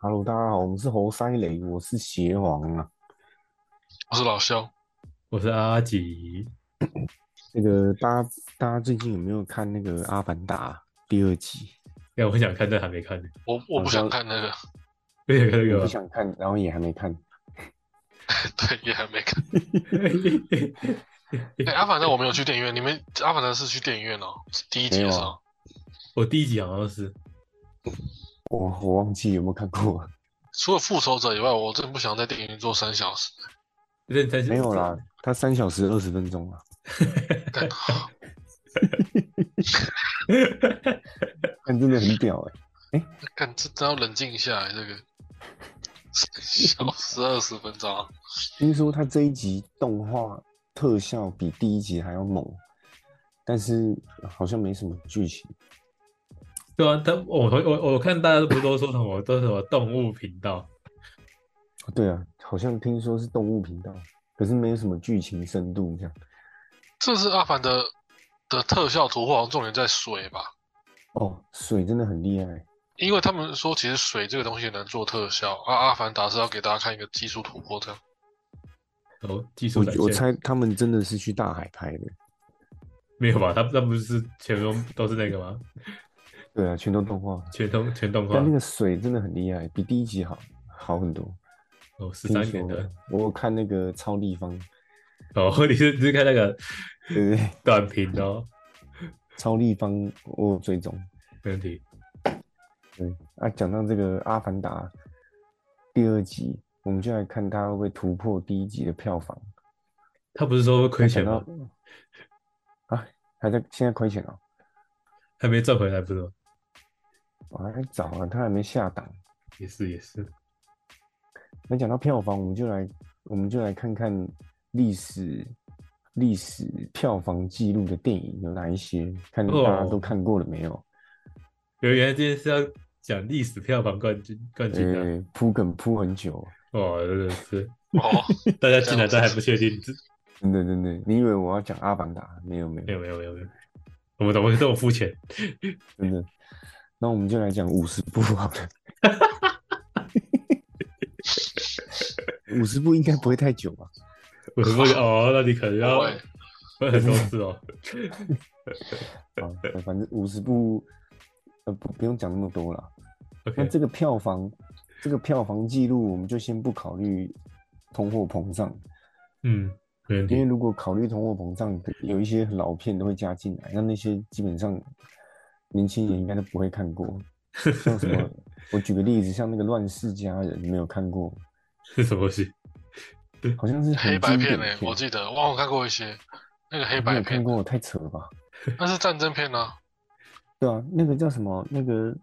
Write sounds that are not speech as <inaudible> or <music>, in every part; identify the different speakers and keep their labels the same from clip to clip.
Speaker 1: Hello，大家好，我们是猴塞雷，我是邪王啊。
Speaker 2: 我是老肖，
Speaker 3: 我是阿吉，
Speaker 1: 那个大家，大家最近有没有看那个《阿凡达》第二集？
Speaker 3: 哎，我很想看，但还没看呢。
Speaker 2: 我我不想看那个， <laughs>
Speaker 3: 我想看那
Speaker 1: 我
Speaker 3: 个
Speaker 1: 不
Speaker 3: 吧，
Speaker 1: 想看，然后也还没看。
Speaker 2: 对，也还没看。哎、阿凡达我没有去电影院，你们阿凡达是去电影院哦，是第一集的
Speaker 1: 没
Speaker 2: 时
Speaker 1: 有啊
Speaker 2: 候，
Speaker 3: 我第一集好像是，
Speaker 1: 我我忘记有没有看过，
Speaker 2: 除了复仇者以外，我真的不想在电影院坐三小时，
Speaker 3: 认真是
Speaker 1: 没有
Speaker 3: <laughs>
Speaker 1: 啦，，它三小时二十分钟啊，
Speaker 2: 干 <laughs>
Speaker 1: 但真的很屌哎、
Speaker 2: 干这真要冷静一下，欸这个小时二十分钟啊，
Speaker 1: 听说它这一集动画特效比第一集还要猛，但是好像没什么剧情。
Speaker 3: 对啊，他我我我我看大家都不是都说什么都是什么动物频道，
Speaker 1: 对啊，好像听说是动物频道，可是没有什么剧情深度这样。
Speaker 2: 这是阿凡达的特效图画，重点在水吧，
Speaker 1: 哦，水真的很厉害。
Speaker 2: 因为他们说其实水这个东西能做特效，而、阿凡达是要给大家看一个技术突破，这样
Speaker 3: 哦，技术
Speaker 1: 我
Speaker 3: 展
Speaker 1: 我
Speaker 3: 现
Speaker 1: 猜他们真的是去大海拍的。
Speaker 3: 没有吧？他他不是全都都是那个吗？
Speaker 1: 对啊，全都动画，
Speaker 3: 全动全动画
Speaker 1: 但那个水真的很厉害，比第一集好好很多。
Speaker 3: 哦，十
Speaker 1: 听
Speaker 3: 三
Speaker 1: 说
Speaker 3: 年的
Speaker 1: 了我有看那个超立方，
Speaker 3: 哦，你是你是看那个
Speaker 1: 对对对，
Speaker 3: 短频的哦，
Speaker 1: 超立方我有追踪。
Speaker 3: 没问题。
Speaker 1: 啊，讲到这个《阿凡达》第二集，我们就来看它会不会突破第一集的票房。
Speaker 3: 他不是说会亏
Speaker 1: 那讲
Speaker 3: 钱吗
Speaker 1: 到？啊，还在现在亏钱哦，
Speaker 3: 还没赚回来不是吗？
Speaker 1: 我还早啊，它还没下档。
Speaker 3: 也是也是，
Speaker 1: 那讲到票房，我们就来，我们就来看看历史历史票房记录的电影有哪一些，看大家都
Speaker 3: 哦
Speaker 1: 看过了没有？
Speaker 3: 原来今天是要讲历史票房冠军冠军的
Speaker 1: 呃，铺梗铺很久，
Speaker 3: 哦，真的是。
Speaker 2: 哦。
Speaker 3: 大家进来都还不
Speaker 1: <laughs>
Speaker 3: 确定，这
Speaker 1: 真的真的，你以为我要讲《阿凡达》？没有没
Speaker 3: 没
Speaker 1: 有，
Speaker 3: 有没有没有没有，我们怎么会这么肤浅？
Speaker 1: 真的。那我们就来讲五十部好了。五十部应该不会太久吧？
Speaker 3: 我说哦，那你可能要
Speaker 2: 不会
Speaker 3: 分很多次哦。
Speaker 1: 啊，反正五十部，呃，不不用讲那么多了。那
Speaker 3: OK，
Speaker 1: 这个票房，这个票房记录，我们就先不考虑通货膨胀，
Speaker 3: 嗯，没问
Speaker 1: 因为
Speaker 3: 题。
Speaker 1: 如果考虑通货膨胀，有一些老片都会加进来，那那些基本上年轻人应该都不会看过。像什么，我举个例子，像那个《乱世佳人》，没有看过，
Speaker 3: 是什么东西？
Speaker 1: 好像是 <laughs> 很
Speaker 2: 黑白
Speaker 1: 经典
Speaker 2: 片
Speaker 1: 的
Speaker 2: 呢、
Speaker 1: 片
Speaker 2: 我记得我好像看过一些那个黑
Speaker 1: 没
Speaker 2: 白
Speaker 1: 有看
Speaker 2: 片，
Speaker 1: 过，太扯了吧？
Speaker 2: 那是战争片啊。
Speaker 1: 对啊，那个叫什么？那个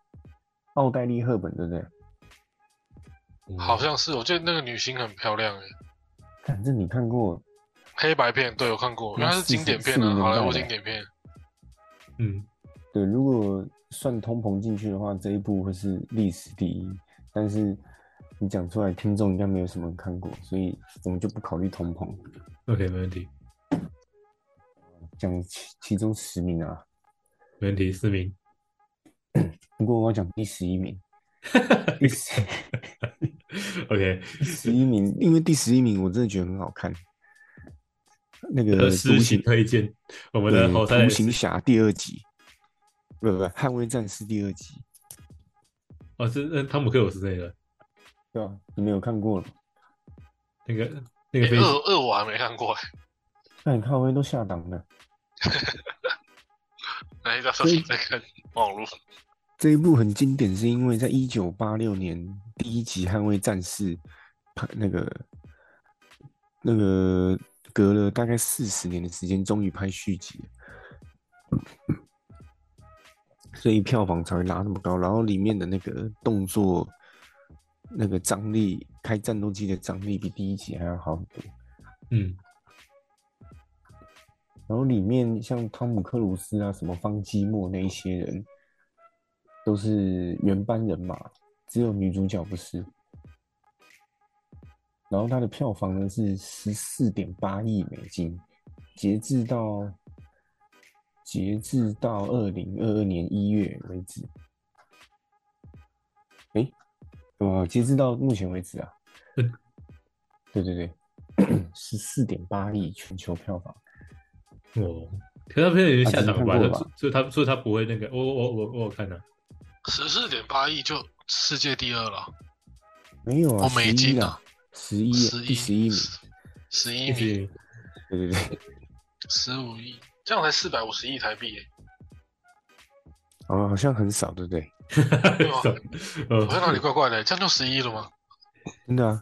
Speaker 1: 奥黛丽·赫本，对不对？
Speaker 2: 好像是，我记得那个女星很漂亮诶、
Speaker 1: 反正你看过，
Speaker 2: 黑白片对我看过，因为它是经典片
Speaker 1: 40
Speaker 2: 啊，好莱
Speaker 1: 年
Speaker 2: 坞
Speaker 1: 代
Speaker 2: 经典片。
Speaker 3: 嗯，
Speaker 1: 对，如果算通膨进去的话，这一部会是历史第一。但是你讲出来，听众应该没有什么人看过，所以我们就不考虑通膨。
Speaker 3: ，OK，没问题，
Speaker 1: 讲其其中十名啊，
Speaker 3: 没问题，思明。
Speaker 1: 不过我要讲第十一
Speaker 3: <laughs>
Speaker 1: 名。第十
Speaker 3: OK，
Speaker 1: 第十一名，因为第十一名我真的觉得很好看。那个
Speaker 3: 呃，
Speaker 1: 《
Speaker 3: 私
Speaker 1: 独
Speaker 3: 行
Speaker 1: 行
Speaker 3: 推荐我们
Speaker 1: 对
Speaker 3: 的侯赛
Speaker 1: 独行侠》第二集，不不，不《捍卫战士》第二集，
Speaker 3: 哦，是那汤姆克鲁斯那个
Speaker 1: 对啊，你们有看过了吗？
Speaker 3: 那个那个
Speaker 2: 诶
Speaker 3: 飞
Speaker 2: 哎二二我还没看过、欸，
Speaker 1: 那你看，我都下档了。
Speaker 2: 那一张
Speaker 1: 所以
Speaker 2: 在看网络。
Speaker 1: 这一部很经典，是因为在一九八六年第一集《捍卫战士》拍那个那个隔了大概四十年的时间，终于拍续集了，所以票房才会拉那么高。然后里面的那个动作、那个张力，开战斗机的张力比第一集还要好很多。
Speaker 3: 嗯，
Speaker 1: 然后里面像汤姆克鲁斯啊、什么方基莫那一些人，都是原班人马，只有女主角不是。然后它的票房呢是十四点八亿美金，截至到截至到二零二二年一月为止。诶，呃，截至到目前为止啊，
Speaker 3: 嗯
Speaker 1: 对对 <coughs> 对，十四点八亿全球票房，
Speaker 3: 哦，可是他片已经下
Speaker 1: 啊只是看
Speaker 3: 档了吧？
Speaker 1: 过了
Speaker 3: 他
Speaker 1: 吧
Speaker 3: 所以他所以他不会那个，我我我我我有看了、啊
Speaker 2: 十四点八亿就世界第二了，
Speaker 1: 没有啊，
Speaker 2: 哦美
Speaker 1: 11
Speaker 2: 金
Speaker 1: 啦，十一
Speaker 2: 十
Speaker 1: 第十一名，
Speaker 2: 十一
Speaker 3: 一
Speaker 2: 米，
Speaker 3: 直
Speaker 1: 对对对，
Speaker 2: 十五亿，这样才四百五十亿台币欸耶，
Speaker 1: 哦，好像很少，对不对？
Speaker 2: 对
Speaker 3: <laughs>
Speaker 2: 吗？
Speaker 3: 呃
Speaker 2: 我在哪里怪怪的？欸这样就十一了吗？
Speaker 1: 真的啊，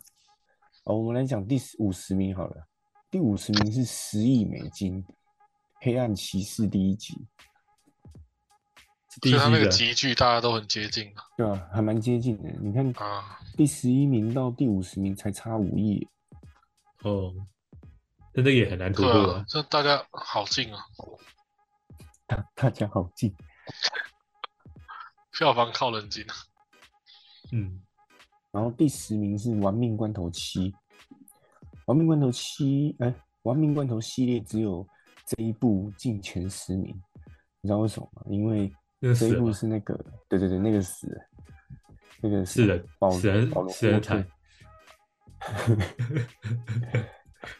Speaker 1: 哦，我们来讲第五十名好了，第五十名是十亿美金，《黑暗骑士》第一集，
Speaker 3: 第
Speaker 2: 所
Speaker 3: 一
Speaker 2: 以他那
Speaker 3: 季
Speaker 2: 个
Speaker 3: 的
Speaker 2: 集聚大家都很接近啊
Speaker 1: 对吧、还蛮接近的，你看
Speaker 2: 啊，
Speaker 1: 第十一名到第五十名才差五亿，
Speaker 3: 哦，但这个也很难突
Speaker 2: 对
Speaker 3: 破
Speaker 2: 啊
Speaker 3: 啊，。
Speaker 2: 这大家好近啊，
Speaker 1: 大 <laughs> 大家好近，
Speaker 2: 票房靠人近啊，
Speaker 3: 嗯，
Speaker 1: 然后第十名是《玩命关头七》，《玩命关头七》哎，《玩命关头》系列只有这一部进前十名，你知道为什么吗？因为
Speaker 3: 那个
Speaker 1: 这
Speaker 3: 死
Speaker 1: 一
Speaker 3: 人
Speaker 1: 部
Speaker 3: 嘛
Speaker 1: 是那个，对对对，那个死了，那个
Speaker 3: 死人
Speaker 1: 保
Speaker 3: 死人
Speaker 1: 保罗
Speaker 3: 死人
Speaker 1: 沃特
Speaker 3: 才，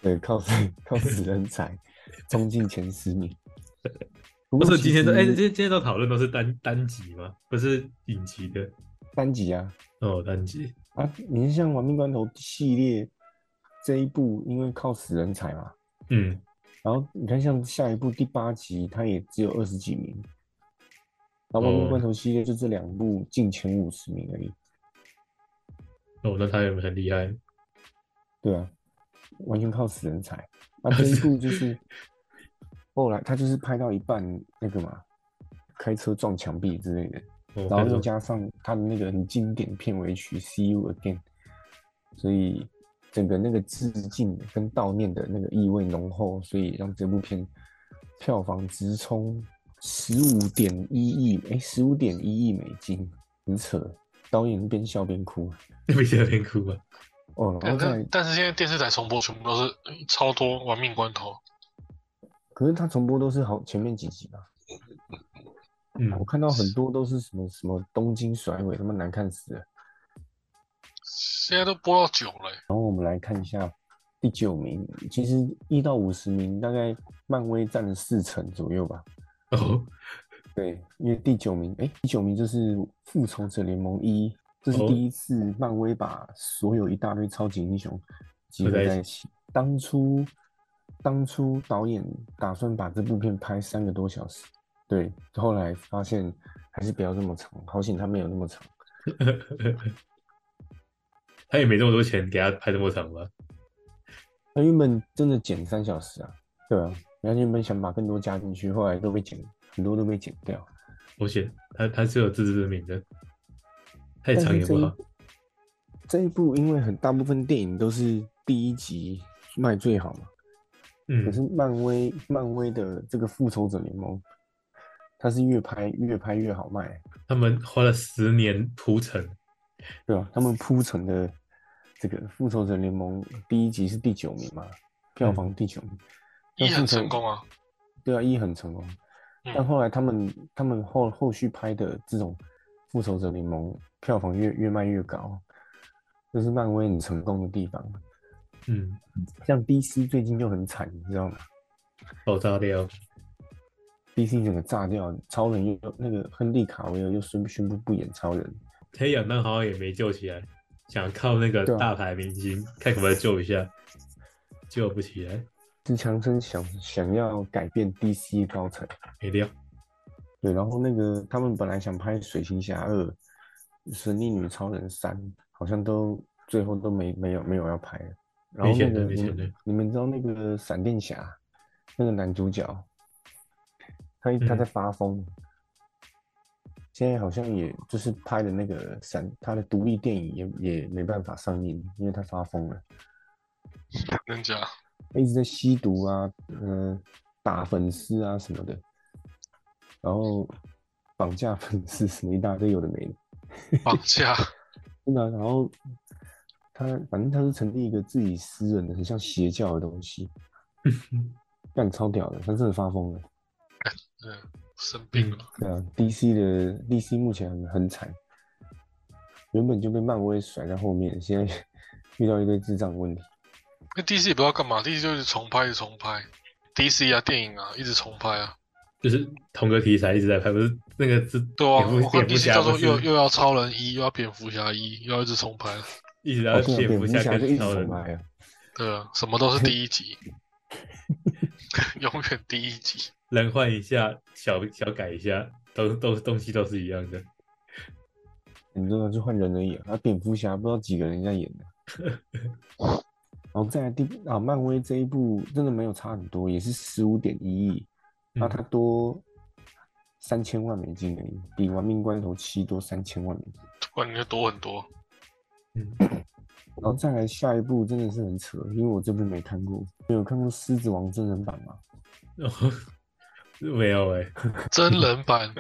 Speaker 1: 对，靠死靠死人
Speaker 3: <laughs>
Speaker 1: 才冲进前十名。不
Speaker 3: 不
Speaker 1: 过
Speaker 3: 是
Speaker 1: 其
Speaker 3: 今天都
Speaker 1: 实
Speaker 3: 哎，今天今天都讨论都是单单集吗？不是影集的
Speaker 1: 单集啊
Speaker 3: 哦，单集
Speaker 1: 啊！你是像《亡命关头》系列这一部，因为靠死人才嘛，
Speaker 3: 嗯，
Speaker 1: 然后你看像下一部第八集，它也只有二十几名，然后《亡命
Speaker 3: 哦
Speaker 1: 关头》系列就这两部进前五十名而已，
Speaker 3: 哦，那他也很厉害，
Speaker 1: 对啊，完全靠死人才。啊，这一部就是后来他就是拍到一半那个嘛，开车撞墙壁之类的。
Speaker 3: 哦
Speaker 1: 然后
Speaker 3: 看
Speaker 1: 又
Speaker 3: 到 <laughs>
Speaker 1: 加上他的那个很经典片尾曲《See You Again》，所以整个那个致敬跟悼念的那个意味浓厚，所以让这部片票房直冲十五点一亿，哎，十五点一亿美金，很扯。导演边笑边哭
Speaker 3: 边笑边哭啊，
Speaker 1: 哦，然
Speaker 2: 但
Speaker 1: 后再来
Speaker 2: 是但是现在电视台重播全部都是嗯超多玩命关头，
Speaker 1: 可是他重播都是好前面几集吧，
Speaker 3: 嗯，
Speaker 1: 我看到很多都是什么什么东京甩尾，他妈难看死了。
Speaker 2: 现在都播到九了欸耶，
Speaker 3: 哦
Speaker 1: 然后我们来看一下第九名，其实一到五十名，大概漫威占了四成左右吧。
Speaker 3: 哦， <laughs>
Speaker 1: 对，因为第九名，哎，第九名就是《复仇者联盟一》，这是
Speaker 3: 哦
Speaker 1: 第一次漫威把所有一大堆超级英雄集
Speaker 3: 合
Speaker 1: 合
Speaker 3: 在一
Speaker 1: 在一起。当初，当初导演打算把这部片拍三个多小时，对，后来发现还是不要这么长，好险他没有那么长。
Speaker 3: 他也没这么多钱给他拍这么长吧？
Speaker 1: 他原本真的减三小时啊，对啊，然后原本想把更多加进去，后来都被减，很多都被减掉。
Speaker 3: 我写他他是有自知之明的，太
Speaker 1: 但
Speaker 3: 长
Speaker 1: 是
Speaker 3: 也
Speaker 1: 这
Speaker 3: 不
Speaker 1: 一
Speaker 3: 好。
Speaker 1: 这一部因为很大部分电影都是第一集卖最好嘛，
Speaker 3: 嗯
Speaker 1: 可，是漫威漫威的这个复仇者联盟，它是越拍越拍越好卖，
Speaker 3: 他们花了十年铺陈，
Speaker 1: 对吧、他们铺成的这个复仇者联盟第一集是第九名嘛，票
Speaker 3: 嗯
Speaker 1: 房第九名，那
Speaker 2: 一很
Speaker 1: 复仇
Speaker 2: 成功啊，
Speaker 1: 对啊，一很成功，
Speaker 2: 嗯
Speaker 1: 但后来他们他们后后续拍的这种复仇者联盟票房越越卖越高，这是漫威很成功的地方。
Speaker 3: 嗯，
Speaker 1: 像 DC 最近就很惨，你知道吗
Speaker 3: 爆炸掉，
Speaker 1: ？DC 整个炸掉，超人又那个亨利卡维尔又宣宣布不演超人，
Speaker 3: 黑羊啊蛋好像也没救起来，想靠那个
Speaker 1: 对啊
Speaker 3: 大牌明星、看可不可以救一下，救不起来，
Speaker 1: 是强生想想要改变 DC 高层，
Speaker 3: 没料。
Speaker 1: 对，然后那个他们本来想拍水行侠二、神力女超人三，好像都最后都没没有没有要拍了。然
Speaker 3: 没
Speaker 1: 后那
Speaker 3: 钱的
Speaker 1: 个
Speaker 3: 没
Speaker 1: 你
Speaker 3: 钱
Speaker 1: 们
Speaker 3: 的
Speaker 1: 你们知道那个闪电侠那个男主角，他他
Speaker 3: 嗯
Speaker 1: 在发疯，现在好像也就是拍的那个闪他的独立电影也也没办法上映，因为他发疯了，
Speaker 2: 人家
Speaker 1: 一直在吸毒啊，嗯、打粉丝啊什么的，然后绑架粉丝什么一大堆有的没的。
Speaker 2: 绑架，
Speaker 1: 真的啊、然后他反正他是成立一个自己私人的，很像邪教的东
Speaker 3: <laughs>
Speaker 1: 西，干超屌的，他真的发疯了。
Speaker 2: 嗯，生病了，
Speaker 1: 对啊，DC 的 DC 目前很很惨，原本就被漫威甩在后面，现在 <laughs> 遇到一堆智障问题。
Speaker 2: 那 DC 也不知道干嘛，DC 就是重拍，一直重拍，DC 啊电影啊一直重拍啊。
Speaker 3: 就是同个题材一直在拍，不是那个是
Speaker 2: 对啊，
Speaker 3: 蝙
Speaker 2: 我
Speaker 3: 蝠
Speaker 2: 看
Speaker 3: 蝙蝠
Speaker 2: DC
Speaker 3: 侠
Speaker 2: 到时
Speaker 3: 不
Speaker 2: 候又
Speaker 3: 是
Speaker 2: 又要超人一，又要蝙蝠侠一，又要一直重拍了。
Speaker 3: 一直
Speaker 1: 我
Speaker 3: 要
Speaker 1: 天啊，
Speaker 3: 蝙
Speaker 1: 蝙
Speaker 3: 蝠
Speaker 1: 蝠
Speaker 3: 侠
Speaker 1: 侠就一直
Speaker 3: 跟超人
Speaker 1: 重，来啊！
Speaker 2: 对啊，什么都是第一
Speaker 3: <laughs>
Speaker 2: 集，永远第一集。
Speaker 3: 人换一下，小小改一下，都都东西都是一样的。
Speaker 1: 你知道就换人而已啊，啊蝙蝠侠不知道几个人在演的。然后再来第啊，漫威这一部真的没有差很多，也是十五点一亿，那、
Speaker 3: 嗯
Speaker 1: 它多三千万美金而已，比《玩命关头七》多三千万美金。
Speaker 2: 突然就多很多。
Speaker 3: 嗯，
Speaker 1: 然后再来下一部真的是很扯，因为我这部没看过，你有看过《狮子王》真人版吗？
Speaker 3: 嗯 <laughs> 没有哎、
Speaker 2: 真人版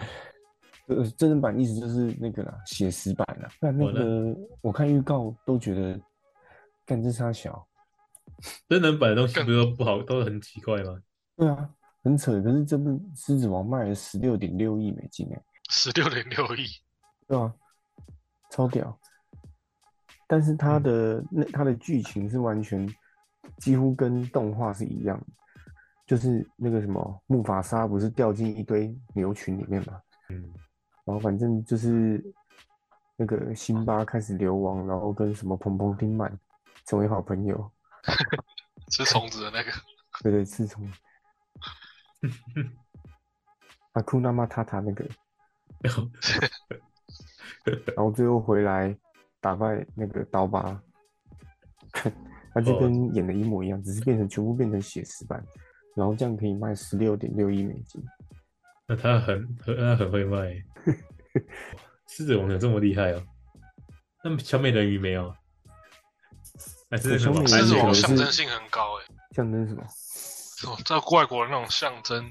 Speaker 1: 呃，真人版意思就是那个啦，写实版啦。但那
Speaker 3: 我呢
Speaker 1: 个我看预告都觉得，干这差小。
Speaker 3: 真人版的东西不是都不好，都很奇怪吗？
Speaker 1: 对啊，很扯。可是这部《狮子王》卖了十六点六亿美金哎、
Speaker 2: 十六点六亿，
Speaker 1: 对啊，超屌。但是它
Speaker 3: 嗯
Speaker 1: 的那它的剧情是完全几乎跟动画是一样的，就是那个什么木法沙不是掉进一堆牛群里面嘛，
Speaker 3: 嗯，
Speaker 1: 然后反正就是那个辛巴开始流亡，然后跟什么蓬蓬丁满成为好朋友，
Speaker 2: 吃虫子的那个，
Speaker 1: 对对，是从阿库纳马塔塔那个，
Speaker 3: 然后
Speaker 1: 然后最后回来打败那个刀疤， <laughs> 他就
Speaker 3: 哦
Speaker 1: 跟演的一模一样，只是变成全部变成写实版，然后这样可以卖十六点六亿美金。
Speaker 3: 那他很很他很会
Speaker 1: <laughs>
Speaker 3: 卖欸、狮子王有这么厉害哦？那么小美人鱼没有？还是什么
Speaker 1: 小美
Speaker 2: 狮
Speaker 1: 人
Speaker 2: 子
Speaker 1: 鱼
Speaker 2: 王
Speaker 1: 可
Speaker 2: 象
Speaker 1: 能是
Speaker 2: 征性很高哎、
Speaker 1: 象征什么？
Speaker 2: 哦，在外国人那种象征，